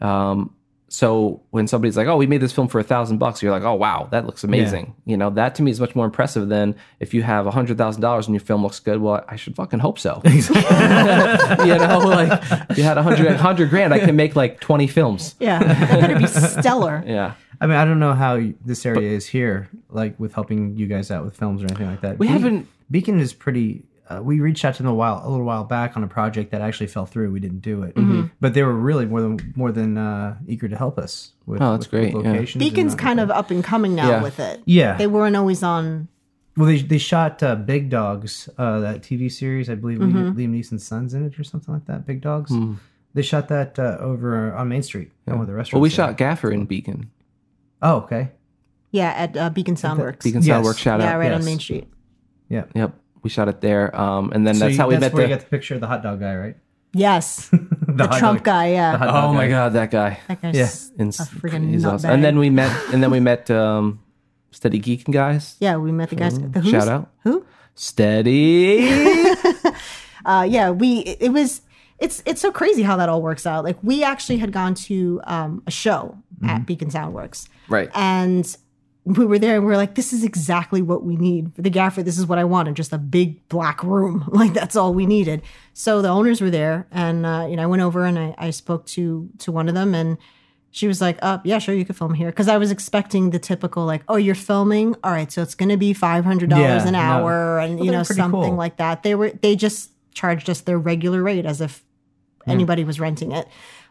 C: um, so when somebody's like, "Oh, we made this film for a thousand bucks," you're like, "Oh, wow, that looks amazing." You know, that to me is much more impressive than if you have a hundred thousand dollars and your film looks good. Well, I should fucking hope so. you know, like if you had a hundred a hundred grand, I can make like twenty films.
B: yeah that better be stellar
C: Yeah,
D: I mean, I don't know how y- this area is here, like with helping you guys out with films or anything like that.
C: We haven't-
D: Beacon is pretty uh, we reached out to them a while a little while back on a project that actually fell through. We didn't do it,
C: Mm-hmm.
D: but they were really more than more than uh, eager to help us. With,
C: Oh, that's
D: with- with
C: great, yeah.
D: Locations and uh,
B: Beacon's
D: other
B: kind of up and coming now
C: Mm-hmm. Yeah.
B: with it.
D: Yeah.
B: They weren't always on.
D: Well, they they shot uh, Big Dogs, uh, that TV series. I believe Liam-
C: Mm-hmm.
D: Liam Neeson's son's in it or something like that. Big Dogs.
C: Hmm.
D: They shot that uh, over on Main Street at one of the restaurants.
C: Well, we
D: there.
C: shot Gaffer in Beacon.
D: Oh, okay.
B: Yeah, at uh, Beacon Soundworks.
C: Beacon
D: Yes.
C: Sound Work shout
B: yeah,
C: out.
B: right on
D: yes.
B: Main Street.
D: Yeah.
C: Yep, we shot it there. Um, and then
D: So
C: that's
D: you-
C: how we
D: that's
C: met
D: where
C: the.
D: you got the picture of the hot dog guy, right?
B: Yes,
D: The,
B: the
D: hot
B: Trump
D: dog-
B: guy.
D: the
B: Yeah,
D: hot
C: oh
D: dog
C: my
D: guy.
C: god, that guy.
B: that guy's
D: Yeah.
B: a
C: And s-
B: freaking
C: he's
B: nutbag.
C: awesome. And then we met, and then we met um, Steady Geeking guys.
B: yeah, we met the guys. The who's?
C: Mm-hmm. Shout out.
B: Who?
C: Steady.
B: uh, yeah, we it it was it's it's so crazy how that all works out. Like we actually had gone to um, a show
C: Mm-hmm.
B: at Beacon Soundworks,
C: Right.
B: and we were there and we were like, this is exactly what we need for the gaffer. This is what I wanted, just a big black room. Like that's all we needed. So the owners were there, and uh, you know I went over and I, I spoke to to one of them and. She was like, "Up, yeah, sure, you could film here." Because I was expecting the typical, like, "Oh, you're filming, all right, so it's going to be five hundred dollars
D: Yeah,
B: an
D: no.
B: hour, and you
D: they're
B: know
D: pretty
B: something
D: cool.
B: like that." They were they just charged us their regular rate as if
C: Hmm.
B: anybody was renting it,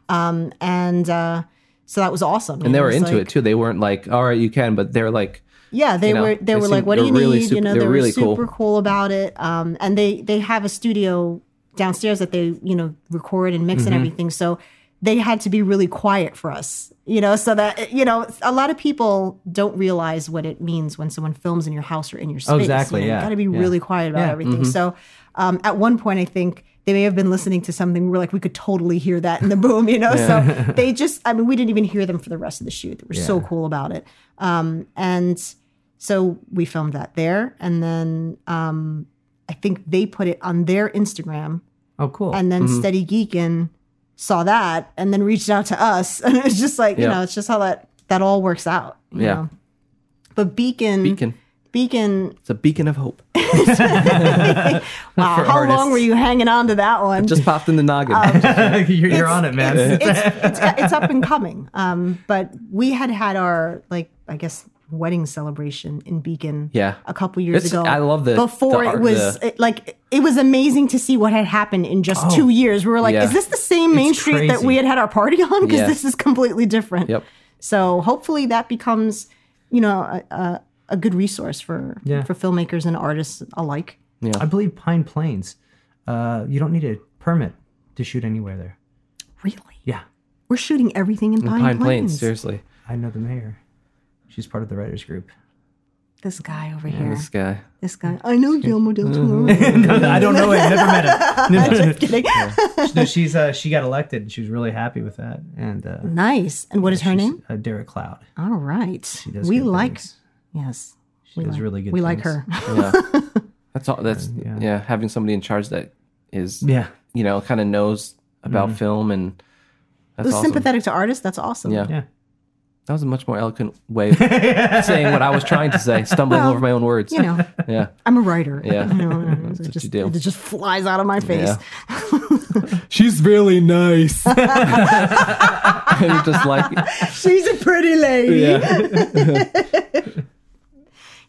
B: um, and uh, so that was awesome.
C: and they were into it too. They weren't like, all right, you can, but they're like,
B: Yeah, they
C: know,
B: were. They,
C: they
B: were like,
C: seemed-
B: "What
C: they
B: do you
C: were really
B: need?"
C: sup-
B: you know,
C: they
B: they
C: were
B: were
C: really cool.
B: super cool. about it. Um, and they they have a studio downstairs that they you know record and mix
C: Mm-hmm.
B: and everything. So they had to be really quiet for us, you know, so that you know a lot of people don't realize what it means when someone films in your house or in
C: Oh,
B: your space. you
D: exactly,
B: know, You
D: yeah,
B: got to be
D: yeah.
B: really quiet about everything.
C: mm-hmm.
B: So um, at one point, I think. They may have been listening to something. We're like, we could totally hear that in the boom, you know. So they just—I mean, we didn't even hear them for the rest of the shoot. They were so cool about it. Um, and so we filmed that there, and then um, I think they put it on their Instagram,
D: Oh, cool.
B: and then
C: Mm-hmm.
B: Steady Geekin saw that, and then reached out to us, and it's just like you
C: Yeah.
B: know, it's just how that that all works out. you
C: Yeah.
B: know? But Beacon,
C: beacon.
B: Beacon,
C: It's a beacon of hope.
B: wow,
D: For
B: uh, how
D: artists.
B: long were you hanging on to that one?
C: Just popped in the
B: Oh,
C: noggin.
D: you're, you're on it, man.
B: it's, it's, it's, it's up and coming. Um, but we had had our like I guess wedding celebration in Beacon.
C: Yeah.
B: a couple years
C: It's-
B: ago.
C: I love the-
B: before
C: the art-
B: it was
C: the- Oh.
B: it, like it was amazing to see what had happened in just two years. We were like,
C: Yeah.
B: is this the same Main
D: It's
B: Street that
D: crazy.
B: we had had our party on? Because
C: Yeah.
B: this is completely different.
C: Yep.
B: So hopefully that becomes you know a, a, a good resource for
D: Yeah.
B: for filmmakers and artists alike.
D: I believe Pine Plains. Uh, you don't need a permit to shoot anywhere there.
B: Really,
D: Yeah,
B: we're shooting everything in Pine,
C: Pine Plains,
B: Plains.
C: seriously.
D: I know the mayor. She's part of the writers group.
B: This guy over here.
C: This guy.
B: This guy. I know Guillermo del Toro.
D: No, no, I don't know him. Never met him. No, no,
B: Just kidding.
D: no, she's uh, she got elected. and She was really happy with that. And uh,
B: Nice. And what is her
D: she's,
B: name?
D: Uh, Derek Cloud.
B: All right.
D: She does
B: We
D: good
B: like.
D: things.
B: Yes.
D: She does really good.
B: We like
D: things.
B: her.
C: Yeah. that's all. That's yeah. Having somebody in charge that is,
D: Yeah, Mm-hmm.
C: you know, kind of knows about film and that's
B: Who's
C: awesome.
B: sympathetic to artists? That's awesome.
C: Yeah.
D: yeah.
C: That was a much more eloquent way of saying what I was trying to say, stumbling
B: Well,
C: over my own words.
B: You know,
C: Yeah.
B: I'm a writer.
C: Yeah.
B: You know, it
C: what
B: just,
C: you do.
B: It just flies out of my face.
C: Yeah. She's really nice. and you're just like,
B: She's a pretty lady.
C: yeah.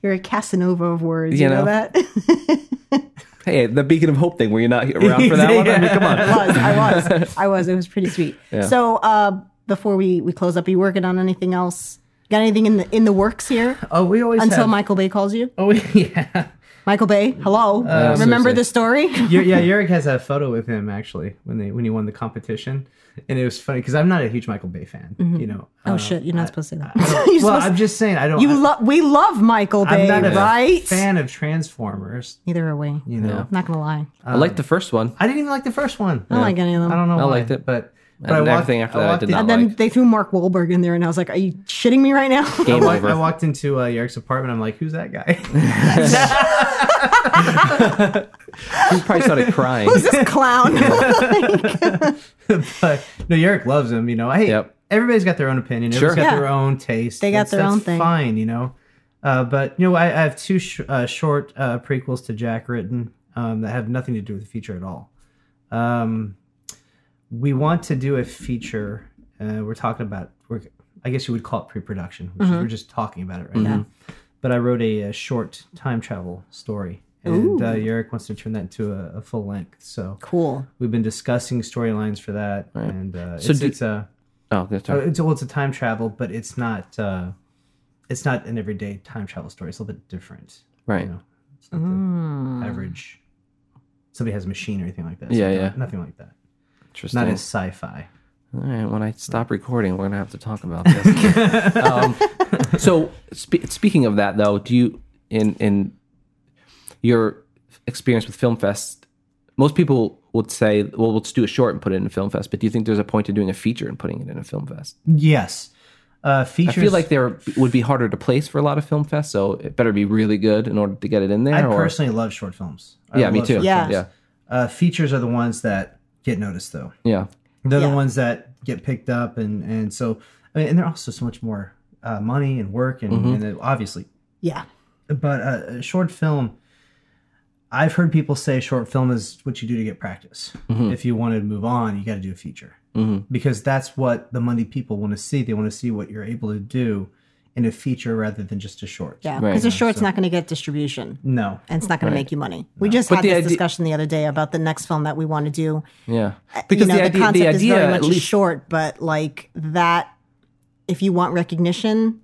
B: You're a Casanova of words.
C: You
B: You, know?
C: know?
B: that?
C: Hey, the beacon of hope thing. Were you not around for that one? I mean, come on.
B: I was. I was. I was. It was pretty sweet. So uh, before we, we close up, are you working on anything else? Got anything in the in the works here
D: Oh, we always
B: until
D: have-
B: Michael Bay calls you?
D: Oh, yeah.
B: Michael Bay, hello. Uh, Remember
C: seriously.
B: the story?
D: Yer- yeah, Yurik has a photo with him actually when they when he won the competition, and it was funny because I'm not a huge Michael Bay fan. You know.
B: Oh
D: uh,
B: shit, you're not supposed to say that. You're
D: well,
B: supposed-
D: I'm just saying I don't.
B: you
D: I,
B: love we love Michael Bay,
D: I'm not a
B: right?
D: fan of Transformers.
B: Neither are we.
D: You know.
C: Yeah.
B: Not gonna lie.
C: I liked the first one.
D: I didn't even like the first one.
B: I don't like any of them.
D: I don't know.
C: I
D: why,
C: liked it.
D: but but
C: And
D: I walked,
C: everything after that I
D: walked
C: did
D: in-
C: not
B: and then
C: like-
B: they threw Mark Wahlberg in there, and I was like, "Are you shitting me right now?"
C: Game
D: I walked,
C: over.
D: I walked into uh, Yurik's apartment. I'm like, who's that guy?
C: You probably started crying.
B: Who's this clown?
D: but no, Yurik loves him. You know, hey,
C: Yep.
D: everybody's got their own opinion.
C: Sure.
D: Everybody's got
B: Yeah.
D: their own taste.
B: They got
D: That's-
B: their
D: that's
B: own thing.
D: Fine, you know. Uh, but you know, I, I have two sh- uh, short uh, prequels to Jack written um, that have nothing to do with the feature at all. Um, we want to do a feature. Uh, we're talking about. We're, I guess you would call it
B: Mm-hmm.
D: pre-production. Which is, we're just talking about it right now. But I wrote a, uh short time travel story, and uh, Yorick wants to turn that into a, a full length. So
B: Cool.
D: we've been discussing storylines for that, and uh, it's,
C: did-
D: it's a
C: Oh, that's
D: uh,
C: right.
D: it's well, it's a time travel, but it's not uh, it's not an everyday time travel story. It's a little bit different,
C: Right.
D: you know. It's not the average. Somebody has a machine or anything like that.
C: Hmm. Yeah,
D: no-
C: yeah.
D: nothing like that.
C: Interesting.
D: Not as sci-fi.
C: All right, when I stop recording, we're gonna have to talk about this. um, so, spe- speaking of that, though, do you in in your experience with Film Fest? Most people would say, "Well, let's do a short and put it in a Film Fest." But do you think there's a point to doing a feature and putting it in a Film Fest?
D: Yes,
C: I
D: uh, features.
C: feel like there would be harder to place for a lot of Film Fests, so it better be really good in order to get it in there.
D: I
C: or-
D: personally love short films. I
C: yeah, me
D: love
C: too.
D: short
B: Yeah.
D: films.
C: yeah,
D: Uh, features are the ones that get noticed, though.
C: yeah.
D: They're
B: Yeah.
D: the ones that get picked up, and and so I mean, and they're also so much more uh, money and work, and,
C: Mm-hmm.
D: and they- obviously,
B: Yeah.
D: but uh, a short film. I've heard people say short film is what you do to get practice.
C: Mm-hmm.
D: If you want to move on, you got to do a feature because that's what the money people want to see. They want to see what you're able to do in a feature rather than just a short.
B: Yeah.
C: Right.
B: Because a short's not going to get distribution.
D: No.
B: and it's not going to make you money. We just
C: But
B: had
C: the
B: this
C: idea-
B: discussion the other day about the next film that we want to do.
C: Yeah, because
B: Uh, you know,
C: the
B: the,
C: idea,
B: concept
C: the idea,
B: is very
C: at
B: much
C: least,
B: short, but like that, if you want recognition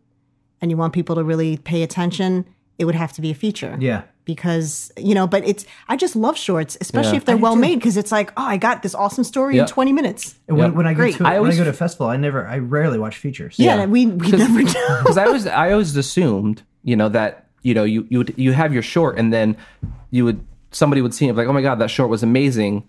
B: and you want people to really pay attention, it would have to be a feature.
D: Yeah.
B: Because you know, but it's I just love shorts, especially
C: Yeah.
B: if they're well made, because it's like, oh, I got this awesome story
C: Yeah.
B: in twenty minutes.
D: And
C: Yeah.
D: When, when I go
B: Great. I
D: to when I
C: always-
D: go to a festival, I never I rarely watch features.
B: Yeah, and we we never do.
C: because I always I always assumed you know that you know you you would, you have your short and then you would somebody would see it like oh my god that short was amazing.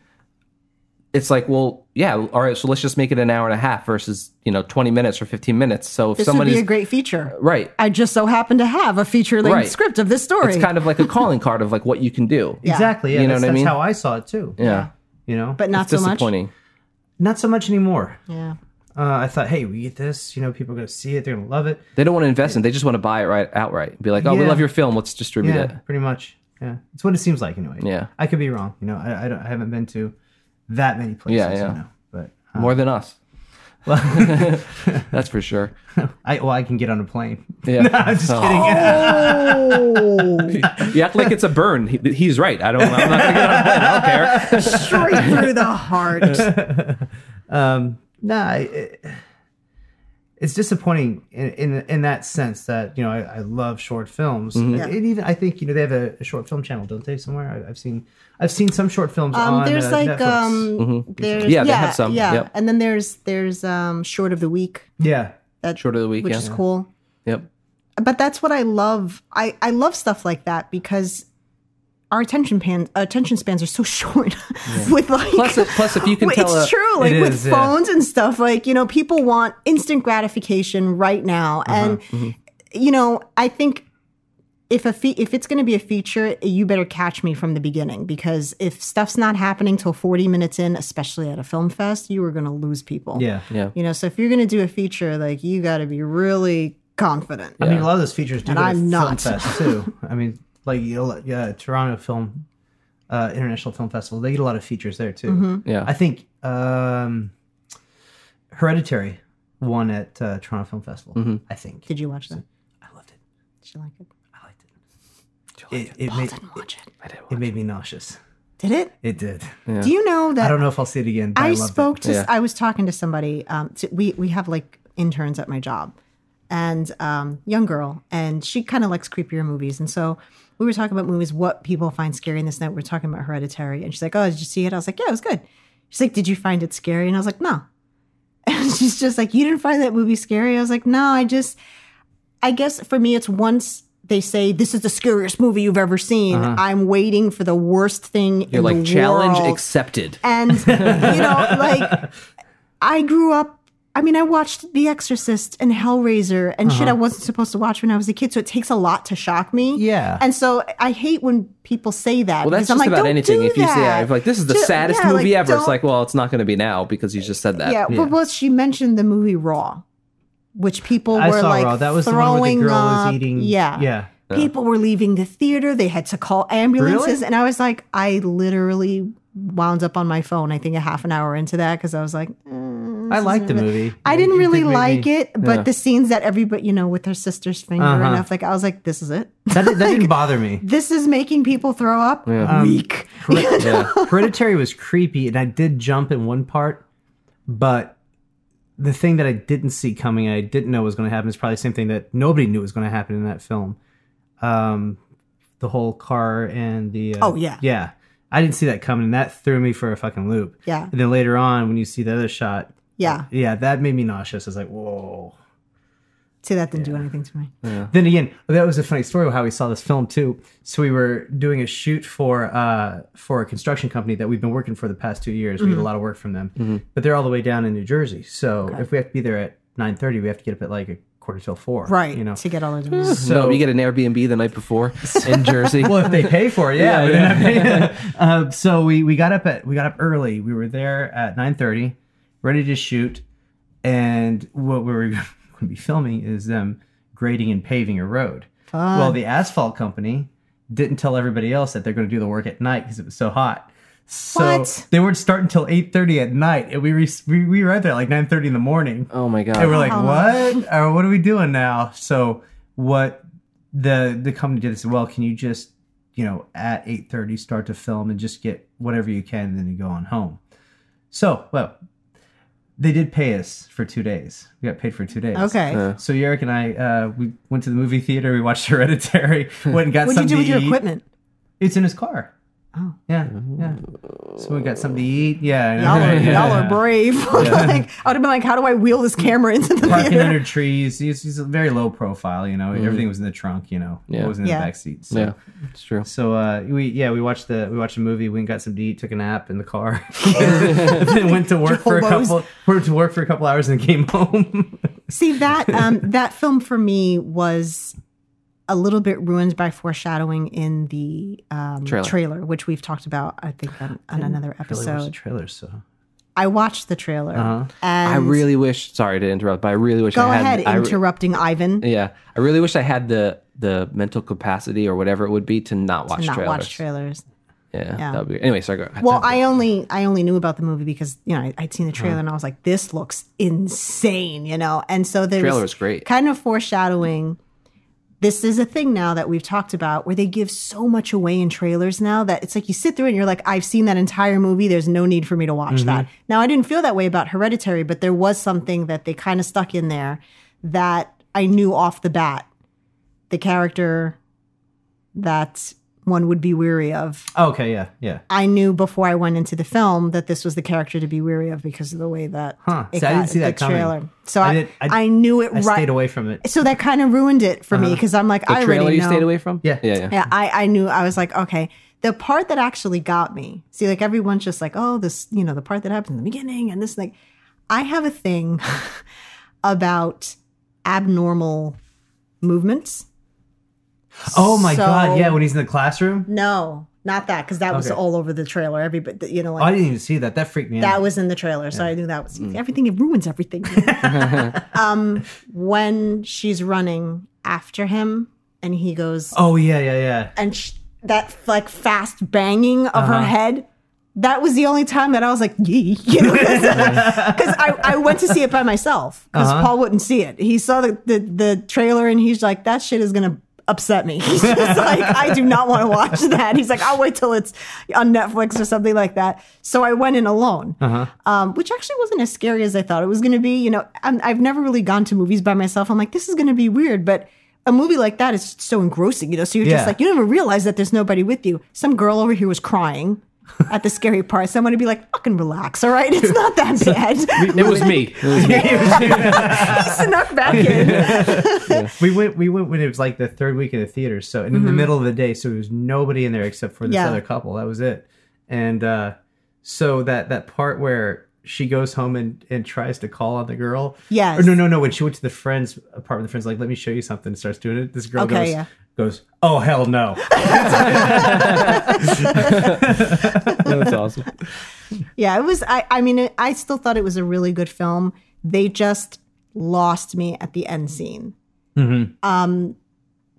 C: It's like well yeah all right so let's just make it an hour and a half versus you know twenty minutes or fifteen minutes. So if
B: This would
C: somebody's
B: be a great feature.
C: right,
B: I just so happen to have a feature length
C: Right.
B: script of this story.
C: it's kind of like a calling card of like what you can do.
B: Yeah.
D: Exactly. Yeah,
C: You know
D: that's,
C: what I
D: that's
C: mean?
D: how I saw it too.
C: yeah.
D: You know,
B: but not
C: It's
B: so much.
C: disappointing.
D: not so much anymore.
B: Yeah.
D: Uh, I thought, hey, we get this. You know, people are going to see it. They're going to love it.
C: They don't want to invest in. it. They just want to buy it right outright. Be like, oh, we
D: Yeah.
C: love your film. Let's distribute
D: Yeah,
C: it.
D: pretty much. Yeah, it's what it seems like anyway.
C: Yeah.
D: I could be wrong. You know, I I, don't, I haven't been to that many places.
C: Yeah, yeah.
D: You know, but uh,
B: Ah.
C: More than us. That's for sure.
D: I well, I can get on a plane.
C: Yeah.
D: I'm just
C: Oh.
D: kidding.
B: Oh,
C: You act like it's a burn. He, he's right. I don't. I'm not gonna get on a plane. I don't care.
B: straight through the heart.
D: Nah, I- it, it's disappointing in, in in that sense that you know I, I love short films.
C: Mm-hmm.
B: Yeah.
D: And even I think you know they have a, a short film channel, don't they? Somewhere I, I've seen I've seen some short films
B: Um,
D: on
B: there's
D: uh,
B: like
D: Netflix.
B: um, there's,
C: Mm-hmm. Yeah, they have some,
B: yeah,
C: yep.
B: and then there's there's um, short of the week
D: yeah
B: that
C: Short of the week.
B: which
C: yeah.
B: is cool.
C: Yep.
B: But that's what I love. I I love stuff like that because our attention pan attention spans are so short. with like
C: Plus, it- plus if you can
B: Well,
C: tell,
B: it's
C: a-
B: true like
D: uh, It
B: with
D: is, yeah.
B: phones and stuff like you know people want instant gratification right now
D: Uh-huh,
B: and
D: mm-hmm.
B: you know i think if a fe- if it's going to be a feature you better catch me from the beginning because if stuff's not happening till 40 minutes in especially at a film fest you are going to lose people
D: yeah
C: yeah,
B: you know so if you're going to do a feature like you got to be really confident
D: I mean, a lot of those features do.
B: And
D: go to
B: I'm
D: film
B: not.
D: fest too. I mean, like you know, like, yeah, Toronto Film uh, International Film Festival. They get a lot of features there too.
B: Mm-hmm.
C: yeah.
D: I think um, Hereditary won at uh, Toronto Film Festival. I think
B: Mm-hmm. did you watch that
D: I loved it.
B: did you like it
D: I liked it. It, it
B: i
D: made
B: didn't watch it
C: I did watch
D: it made me nauseous.
B: did it
D: It did.
B: do you know
D: I
B: that
D: don't know if I'll see it again. But I,
B: I
D: loved
B: spoke to.
C: Yeah.
B: I was talking to somebody. Um, to, we we have like interns at my job, and um, young girl, and she kind of likes creepier movies, and so we were talking about movies, what people find scary in this night. We were talking about Hereditary, and she's like, "Oh, did you see it?" I was like, "Yeah, it was good." She's like, "Did you find it scary?" And I was like, "No." And she's just like, "You didn't find that movie scary?" I was like, "No, I just." I guess for me, it's once they say this is the scariest movie you've ever seen. I'm waiting for the worst thing.
C: Uh-huh. You're
B: in
C: like
B: the
C: challenge
B: world
C: accepted.
B: and you know like i grew up i mean i watched the exorcist and hellraiser and
C: Uh-huh.
B: shit i wasn't supposed to watch when i was a kid so it takes a lot to shock me
D: Yeah.
B: and so i hate when people say that
C: Well, that's
B: because I'm
C: just
B: like,
C: about
B: "Don't
C: anything.
B: do
C: If you say,
B: that."
C: yeah, if like this is the
B: Ju-
C: saddest
B: yeah,
C: movie
B: like,
C: ever, it's
B: don't-
C: like, well, it's not going to be now because you just said that.
B: yeah, but well she mentioned the movie raw which people
D: I
B: were
D: saw
B: like
D: Raw. That was the
B: throwing
D: one where the girl
B: up.
D: was eating.
B: yeah
D: yeah.
B: People were leaving the theater. They had to call ambulances.
D: Really?
B: And I was like, I literally wound up on my phone, I think a half an hour into that because I was like, eh,
D: I liked the movie.
B: I didn't really like
D: it.
B: it, but
C: yeah.
B: the scenes that everybody, you know, with her sister's finger
D: Uh-huh.
B: enough, like I was like, this is it.
D: That, that didn't bother me.
B: This is making people throw up. Weak.
D: Um,
C: Yeah.
D: Hereditary was creepy, and I did jump in one part, but the thing that I didn't see coming, I didn't know was going to happen, is probably the same thing that nobody knew was going to happen in that film. Um, the whole car and the uh,
B: Oh, yeah.
D: yeah, I didn't see that coming, and that threw me for a fucking loop.
B: Yeah.
D: and then later on when you see the other shot, uh,
B: Yeah.
D: yeah, that made me nauseous. I was like, whoa.
B: See, that didn't do anything to me.
D: Then again, that was a funny story of how we saw this film too. So we were doing a shoot for uh, for a construction company that we've been working for the past two years. We get a lot of work from them, but they're all the way down in New Jersey. So if we have to be there at nine thirty, we have to get up at like a quarter till four,
B: Right.
D: You know.
B: To get all of this.
C: So you get an Airbnb the night before in Jersey.
D: well, if they pay for it, yeah. but then I- uh, so we, we got up at we got up early. We were there at nine thirty, ready to shoot. And what we were going to be filming is them grading and paving a road. Well, the asphalt company didn't tell everybody else that they're going to do the work at night because it was so hot. So
B: What?
D: they weren't starting until eight thirty at night, and we re- we we were out there at like nine thirty in the morning.
C: oh my god!
D: And we're like, what? Or what are we doing now? So what the the company did is well, can you just, you know, at eight thirty start to film and just get whatever you can and then you go on home. So, well, they did pay us for two days. We got paid for two days.
B: Okay.
D: So Eric and I, uh, we went to the movie theater. We watched Hereditary. Went and got
B: What'd you do
D: something
B: with your
D: to eat.
B: equipment?
D: It's in his car.
B: Oh.
D: Yeah, yeah. So we got something to eat. Yeah, I know.
B: Y'all are,
D: Yeah.
B: y'all are brave. like, I would have been like, how do I wheel this camera into the
D: parking
B: theater?
D: under trees. He's, he's a very low profile, you know. Everything was in the trunk, you know.
C: Yeah.
D: It wasn't in
B: Yeah.
D: the back seat. So.
C: yeah, it's true.
D: So uh, we yeah we watched the we watched a movie. We got some to eat, took a nap in the car, then went to work for a
B: Hobos.
D: couple went to work for a couple hours and came home.
B: See that um, that film for me was a little bit ruined by foreshadowing in the um,
C: Trailer.
B: which we've talked about, I think, on, on another
D: Really
B: episode.
D: trailer, so
B: I watched the trailer, and
C: Uh-huh. I really wish. Sorry to interrupt, but I really wish.
B: go
C: I had,
B: ahead
C: I re-
B: interrupting Ivan.
C: yeah, I really wish I had the the mental capacity or whatever it would be to not watch
B: not
C: trailers.
B: watch trailers.
C: Yeah, that would be. Anyway, sorry. Go,
B: Well, I only I only knew about the movie because you know I, I'd seen the
C: Uh-huh.
B: trailer and I was like, this looks insane, you know. And so the
C: Trailer was great.
B: kind of foreshadowing. This is a thing now that we've talked about where they give so much away in trailers now that it's like you sit through it and you're like, I've seen that entire movie. There's no need for me to watch that.
C: Mm-hmm.
B: Now I didn't feel that way about Hereditary, but there was something that they kind of stuck in there that I knew off the bat. The character that one would be weary of
D: Oh, okay, yeah, yeah.
B: I knew before I went into the film that this was the character to be weary of because of the way that
D: Huh.
B: it
D: See, I didn't
B: got-
D: see that
B: the
D: coming.
B: trailer. So
D: I
B: I, I,
D: did- I-
B: knew it
D: I
B: right.
D: stayed away Uh-huh. from it.
B: So that kind of ruined it for me me because I'm like, I
C: trailer
B: already
C: you
B: know.
C: stayed away from.
D: Yeah.
C: yeah, yeah.
B: Yeah, I, I knew I was like, okay. The part that actually got me, see, like everyone's just like, oh, this, you know, the part that happened in the beginning and this, like, I have a thing about abnormal movements.
D: Oh my
B: So-
D: god, yeah, when he's in the classroom,
B: No, not that because that was
D: Okay.
B: all over the trailer. Everybody, you know, like
D: I didn't even see that. That freaked me
B: That
D: out.
B: was in the trailer, so I knew that was everything. It ruins everything. um, when she's running after him, and he goes,
D: oh yeah, yeah, yeah.
B: and sh- that like fast banging of her head. That was the only time that I was like, yee, you know, because I, I went to see it by myself because Paul wouldn't see it. He saw the, the, the trailer and he's like, that shit is going to upset me. He's just like, I do not want to watch that. He's like, I'll wait till it's on Netflix or something like that. So I went in alone, um, which actually wasn't as scary as I thought it was going to be. You know, I'm, I've never really gone to movies by myself. I'm like, this is going to be weird, but a movie like that is so engrossing, you know. So you're
D: Yeah.
B: just like, you don't even realize that there's nobody with you. Some girl over here was crying at the scary part. Someone would be like, fucking relax, all right? It's not that bad.
C: It was me. It was me.
B: he snuck back in.
D: We went we went when it was like the third week of the theater, so and in the middle of the day, so there was nobody in there except for this
B: Mm-hmm. Yeah.
D: other couple. That was it. And uh so that that part where she goes home and, and tries to call on the girl.
B: Yes.
D: Or no, no, no. When she went to the friend's apartment, the friend's like, "Let me show you something." Starts doing it. This girl
B: Okay,
D: goes,
B: yeah.
D: goes, "Oh hell no!"
C: That's awesome.
B: Yeah, it was, I, I mean, it, I still thought it was a really good film. They just lost me at the end scene.
D: I can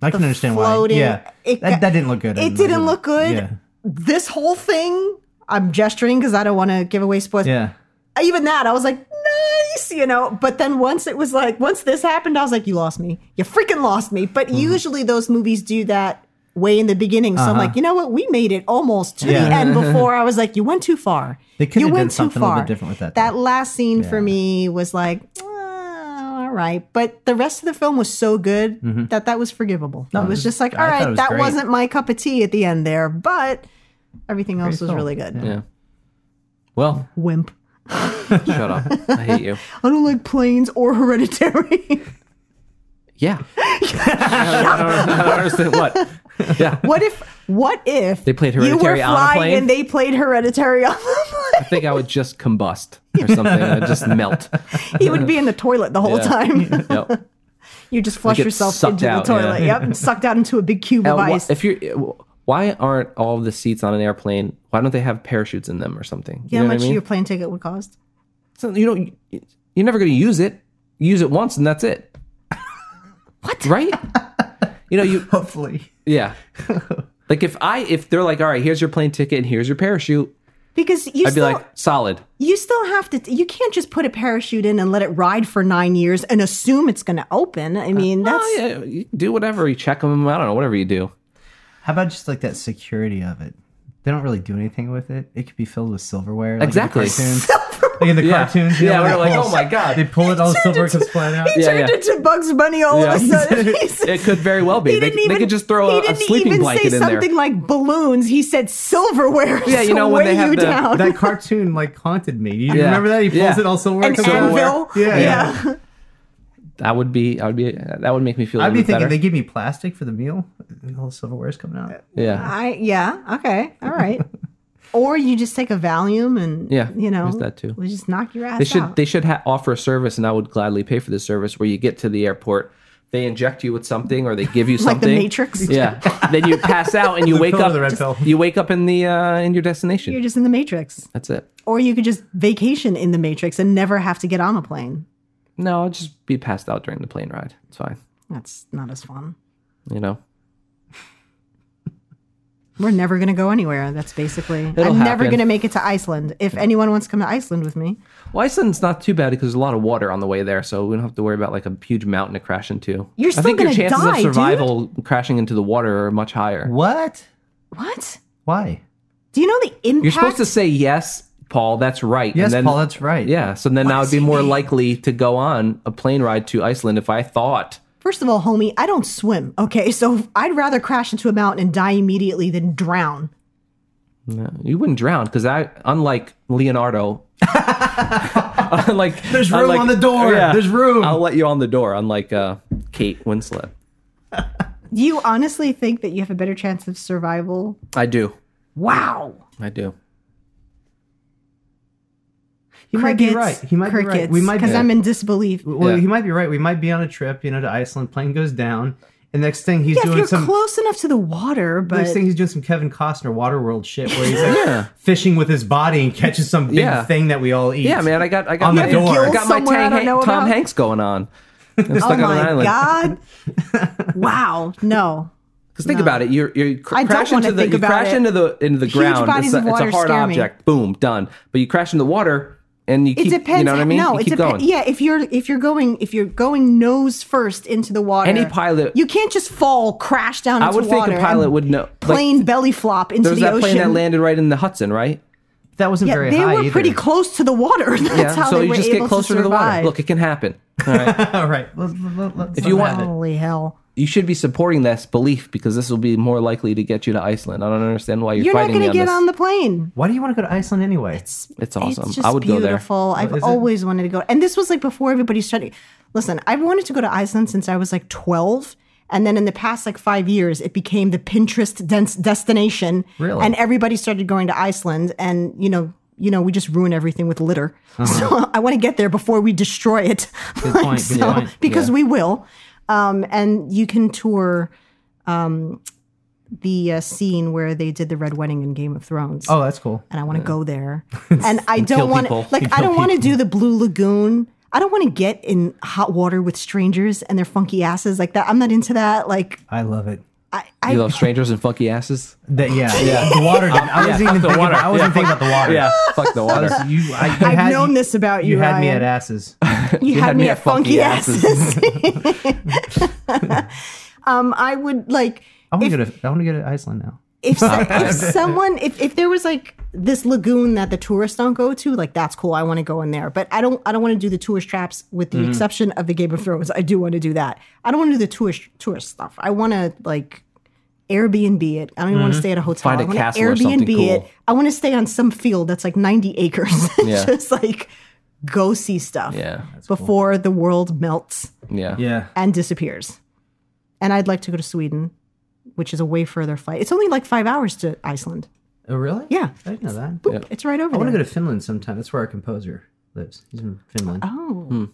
D: understand
B: floating-
D: why. Yeah,
B: it
D: that,
B: got-
D: that didn't look good.
B: It didn't look good.
D: Yeah,
B: This whole thing, I'm gesturing because I don't want to give away spoilers.
D: yeah.
B: Even that, I was like, no. nice, you know. But then once it was like, once this happened, I was like, you lost me. You freaking lost me. But
D: Mm-hmm.
B: usually those movies do that way in the beginning. So I'm like, you know what? We made it almost to the
D: Uh-huh. Yeah.
B: end before I was like, you went too far.
D: They could
B: you
D: have done
B: went too
D: something a little bit
B: far.
D: different with that,
B: That
D: though.
B: last scene for
D: Yeah.
B: me was like, "Ah, all right. But the rest of the film was so good that that was forgivable. it was just like,
D: I
B: all
D: thought
B: right,
D: Mm-hmm. it was
B: that
D: great.
B: wasn't my cup of tea at the end there, but everything else was
D: film.
B: really good.
C: Yeah. Well,
B: Wimp.
C: shut up. I hate you.
B: I don't like planes or hereditary.
C: Yeah. I don't- I don't- I don't understand what. Yeah.
B: what if what if
C: They played
B: you were
C: Hereditary on a
B: flying
C: plane?
B: and they played hereditary on the
C: I think I would just combust or something. I'd just melt.
B: plane? He would be in the toilet the whole
C: Yeah.
B: time.
C: Yep.
B: you just flush
C: get
B: yourself
C: sucked
B: into
C: out,
B: the toilet.
C: yeah.
B: Yep. and Sucked out into a big cube
C: Now,
B: of
C: wh-
B: ice.
C: if you're, why aren't all the seats on an airplane? Why don't they have parachutes in them or something?
B: you
C: You
B: know
C: know
B: how
C: what I
B: much
C: mean?
B: your plane ticket would cost?
C: So you don't. You're never going to use it. You use it once and that's it. What? Right? You know you.
D: Hopefully.
C: Yeah. Like if I if they're like, all right, here's your plane ticket and here's your parachute,
B: Because you
C: I'd
B: still
C: be like, solid.
B: you still have to you can't just put a parachute in and let it ride for nine years and assume it's gonna open. I mean that's
C: Oh, yeah, you do whatever. You check them. I don't know. Whatever you do.
D: How about just like that security of it? They don't really do anything with it. It could be filled with silverware. Like
C: Exactly.
D: In the cartoons. like in the cartoons. you
C: Yeah,
D: know,
C: we're
D: they
C: like,
D: pull-
C: oh my God.
D: They pull it, all the silverware comes flying out.
B: he
C: Yeah,
B: turned
C: yeah.
B: into Bugs Bunny all of a
C: Yeah.
B: sudden. He's-
C: It could very well be.
B: He
C: They,
B: didn't
C: they
B: even,
C: could just throw
B: he
C: a, a
B: didn't
C: sleeping
B: even
C: blanket
B: say
C: in there.
B: something like balloons. He said silverware. Yeah, you know when they have you
C: the-
B: down.
D: That cartoon like haunted me. You
C: Yeah.
D: remember that? He pulls
C: Yeah.
D: it all silverware
B: An
D: comes out.
C: silverware.
B: anvil.
D: Yeah, yeah.
C: That would be. I would be. That would make me feel. a
D: I'd be
C: little
D: thinking
C: better.
D: they give me plastic for the meal. and All the silverware's coming out.
C: yeah.
B: I yeah okay all right. or you just take a Valium and
C: Yeah,
B: you know
C: there's that too.
B: We just knock your ass.
C: They should.
B: Out.
C: They should ha- offer a service, and I would gladly pay for the service where you get to the airport. They inject you with something, or they give you
B: like the
C: something.
B: Matrix.
C: Yeah. then you pass out, and you
D: The
C: wake
D: pill or
C: up.
D: the red pill?
C: You wake up in the uh, in your destination.
B: You're just in the Matrix,
C: That's it.
B: or you could just vacation in the Matrix and never have to get on a plane.
C: No, I'll just be passed out during the plane ride. It's fine.
B: That's not as fun.
C: You know.
B: We're never going to go anywhere. That's basically.
C: It'll
B: I'm never
C: happen.
B: going to make it to Iceland. If anyone wants to come to Iceland with me,
C: Well, Iceland's not too bad because there's a lot of water on the way there, so we don't have to worry about like a huge mountain to crash into.
B: You're
C: I
B: still
C: think
B: gonna
C: your chances
B: die,
C: of survival crashing into the water are much higher.
D: What?
B: what?
D: Why?
B: Do you know the impact?
C: You're supposed to say yes, Paul. That's right.
D: Yes,
C: and then,
D: Paul, that's right.
C: Yeah. So then I would be more likely to go on a plane ride to Iceland if I thought.
B: First of all, homie, I don't swim. Okay, so I'd rather crash into a mountain and die immediately than drown.
C: No, you wouldn't drown because I, unlike Leonardo, unlike
D: There's room
C: unlike-
D: on the door.
C: Yeah.
D: There's room.
C: I'll let you on the door. Unlike uh, Kate Winslet,
B: Do you honestly think that you have a better chance of survival?
C: I do.
B: Wow.
C: I do.
D: he might be right. He might be right. We might
B: because
D: be-
B: I'm in disbelief.
D: Well,
C: Yeah.
D: he might be right. We might be on a trip, you know, to Iceland. Plane goes down, and next thing he's
B: Yeah, if
D: doing
B: you're
D: some.
B: close enough to the water, but
D: Next thing he's doing some Kevin Costner Waterworld shit where he's like
C: Yeah.
D: fishing with his body and catches some big
C: Yeah.
D: thing that we all eat.
C: Yeah, man. I got. I got
D: On the
C: my,
D: door.
C: I got my
B: Somewhere I
C: Tang
B: don't
C: Han-
B: know
C: Tom
B: about.
C: Hanks going on. I'm stuck
B: oh
C: on an
B: my
C: island.
B: god, wow, no.
C: Because think about it, you're you cr-
B: I don't
C: crash
B: wanna
C: into the
B: think
C: you
B: about
C: crash
B: it.
C: into the into the ground.
B: bodies
C: It's a,
B: of
C: it's a
B: water
C: hard
B: scare me.
C: object. Boom, done. But you crash into the water and you
B: It
C: keep
B: depends.
C: you know what I mean?
B: No,
C: you
B: it
C: keep
B: depends.
C: going.
B: Yeah, if you're if you're going if you're going nose first into the water,
C: Any pilot-
B: you can't just fall crash down.
C: I
B: into
C: would think
B: water
C: a pilot
B: and
C: would know. Like,
B: Plane belly flop into
C: there was
B: the
C: that
B: ocean.
C: plane that landed right in the Hudson, right?
D: That wasn't
B: Yeah,
D: very
B: they
D: high
B: were
D: either.
B: pretty close to the water. That's how
C: so
B: they
C: you
B: were
C: just
B: able
C: get closer to,
B: to,
C: the
B: survive.
C: water. Look, it can happen. All right.
D: all right. Let- let- let- let's
C: If you
D: not
C: want-
D: have it.
B: Holy hell!
C: you should be supporting this belief because this will be more likely to get you to Iceland. I don't understand why you're,
B: You're not
C: fighting
B: going
C: me
B: to
C: on
B: get
C: this.
B: on the plane.
D: Why do you want to go to Iceland anyway?
C: It's awesome.
B: It's just
C: I would go there.
B: beautiful. I've
D: is it?
B: always wanted to go. And this was like before everybody started. Listen, I've wanted to go to Iceland since I was like 12. And then in the past like five years, it became the Pinterest dense destination.
D: Really?
B: And everybody started going to Iceland. And, you know, you know, we just ruin everything with litter. So I want to get there before we destroy it. Good
D: point, Uh-huh. good point.
B: Because
C: Yeah.
B: we will. Um, and you can tour um, the uh, scene where they did the Red Wedding in Game of Thrones
D: Oh, that's cool.
B: and I want to go there. and I don't want
C: people.
B: like I don't want to do the Blue Lagoon. I don't want to get in hot water with strangers and their funky asses like that. I'm not into that. Like
D: I love it.
B: I, I
C: You love strangers and funky asses.
D: That, yeah, yeah. The water. Didn't, I wasn't even
C: the
D: thinking.
C: water.
D: About, I wasn't
C: Yeah.
D: thinking about the water.
C: Yeah, fuck the
D: I
C: water.
D: was- you, I, you
B: I've
D: had,
B: known this about you.
D: You had me
B: Ryan.
D: at asses.
B: You, had, me at funky, asses.
C: asses.
B: um, I would like
D: I want
B: If-
D: to go to. I want to go to Iceland now.
B: if so, if someone if, if there was like this lagoon that the tourists don't go to, like that's cool. I want to go in there, but I don't. I don't want to do the tourist traps, with
C: Mm.
B: the exception of the Game of Thrones. I do want to do that. I don't want to do the tourist tourist stuff. I want to like Airbnb it. I don't even want to stay at a hotel.
C: Mm-hmm. Find a
B: I wanna
C: castle or something
B: Airbnb it.
C: cool.
B: I want to stay on some field that's like ninety acres.
C: Yeah.
B: Just like go see stuff
C: Yeah,
B: before the world melts
C: yeah,
D: Yeah.
B: and disappears. And I'd like to go to Sweden, which is a way further flight. It's only like five hours to Iceland.
D: Oh really?
B: Yeah.
D: I didn't know that.
B: Boop, It's right over
D: I want to go
B: there.
D: to Finland sometime. That's where our composer lives. He's in Finland.
B: oh,
C: Hmm.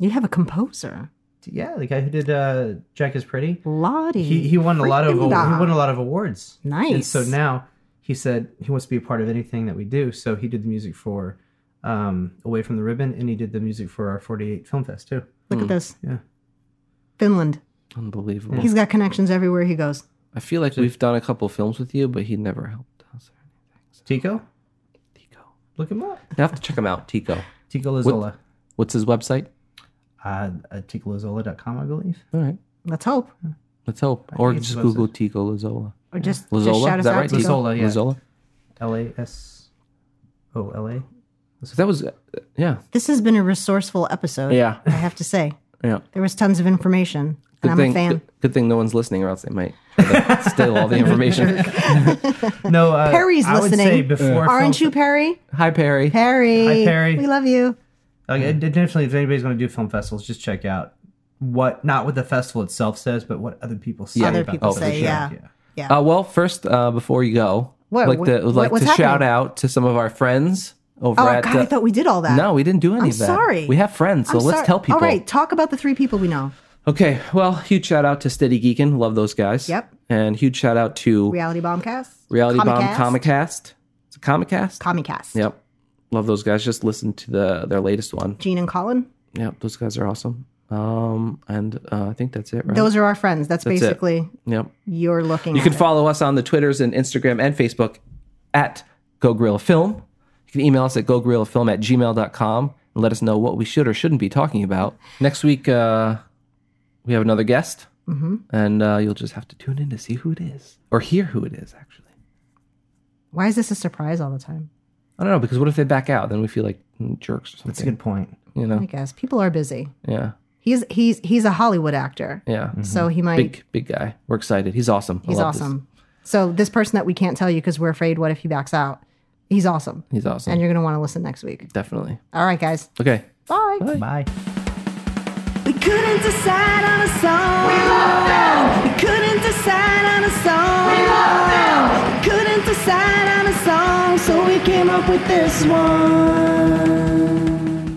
B: you have a composer,
D: Yeah, the guy who did uh, Jack is Pretty.
B: Lottie.
D: He he won a lot of he
B: Freaking
D: won a lot of awards. And
B: Nice.
D: so now he said he wants to be a part of anything that we do. So he did the music for um, Away from the Ribbon, and he did the music for our 48 Film Fest too.
C: Hmm.
B: Look at this,
D: Yeah.
B: Finland.
C: unbelievable.
B: He's got connections everywhere he goes.
C: I feel like we've done a couple films with you, but he never helped us.
D: Tico,
C: Tico,
D: look him up.
C: you have to check him out. Tico,
D: Tico Lazola.
C: what's his website?
D: Uh, uh, TicoLazola.com, I believe.
C: All right,
B: Let's hope,
C: let's hope. Or
D: think it's
C: just
D: his
C: Google Tico Lazola.
B: or just, just
C: Lazola,
B: shout
C: is
B: us
C: that
B: out.
C: right?
B: to go.
D: Lazola. yeah.
C: Lazola.
D: L A S O L A.
C: So that was, uh, yeah,
B: This has been a resourceful episode.
C: Yeah.
B: I have to say,
C: yeah.
B: there was tons of information, and I'm
C: thing,
B: a fan.
C: Good, good thing no one's listening, or else they might try to steal all the information.
D: No, uh,
B: Perry's
D: I would
B: listening.
D: say before
B: Aren't
D: Film-
B: you Perry?
C: Hi, Perry.
B: Perry.
D: Hi, Perry.
B: We love you.
D: Like, it- definitely, if anybody's going to do film festivals, just check out what not what the festival itself says, but what other people say.
B: Other
D: about
B: people
D: the
B: say,
D: festival.
B: yeah.
C: Uh, well, first, uh, before you go,
B: What-
C: I'd like to,
B: what-
C: I'd like
B: what's
C: to shout
B: happening?
C: out to some of our friends over
B: Oh
C: at.
B: God, I
C: uh,
B: thought we did all that.
C: no, we didn't do any
B: I'm
C: of that.
B: sorry.
C: We have friends, so
B: I'm
C: let's
B: sorry.
C: tell people.
B: All right, talk about the three people we know.
C: Okay. Well, huge shout out to Steady Geekin. Love those guys.
B: Yep.
C: And huge shout out to
B: Reality Bombcast,
C: Reality
B: Comicast,
C: Bomb Comicast. It's a Comicast.
B: Comicast.
C: yep. Love those guys. Just listen to the their latest one.
B: Gene and Colin.
C: Yep. Those guys are awesome. Um, and uh, I think that's it, right?
B: Those are our friends. That's,
C: That's it.
B: basically
C: yep.
B: you're looking.
C: You can follow us on the Twitters and Instagram and Facebook at Go Gorilla Film. You can email us at gogorillafilm at gmail.com and let us know what we should or shouldn't be talking about. Next week, uh, we have another guest,
B: Mm-hmm.
C: and uh, you'll just have to tune in to see who it is or hear who it is, actually.
B: Why is this a surprise all the time?
C: I don't know, because what if they back out? Then we feel like mm, jerks or
D: That's a
C: something.
D: good point.
C: You
B: I
C: know?
B: guess people are busy.
C: Yeah.
B: He's he's he's a Hollywood actor,
C: Yeah. Mm-hmm.
B: so he might.
C: Big, big guy. We're excited. He's awesome.
B: Mm-hmm.
C: I
B: he's
C: love this.
B: awesome. So this person that we can't tell you because we're afraid. What if he backs out? He's awesome,
C: He's awesome.
B: and you're gonna want to listen next week.
C: Definitely.
B: All right, guys.
C: Okay.
B: Bye.
D: Bye.
A: We couldn't decide on a song. We love them. We couldn't decide on a song. We love them. We couldn't decide on a song, so we came up with this one.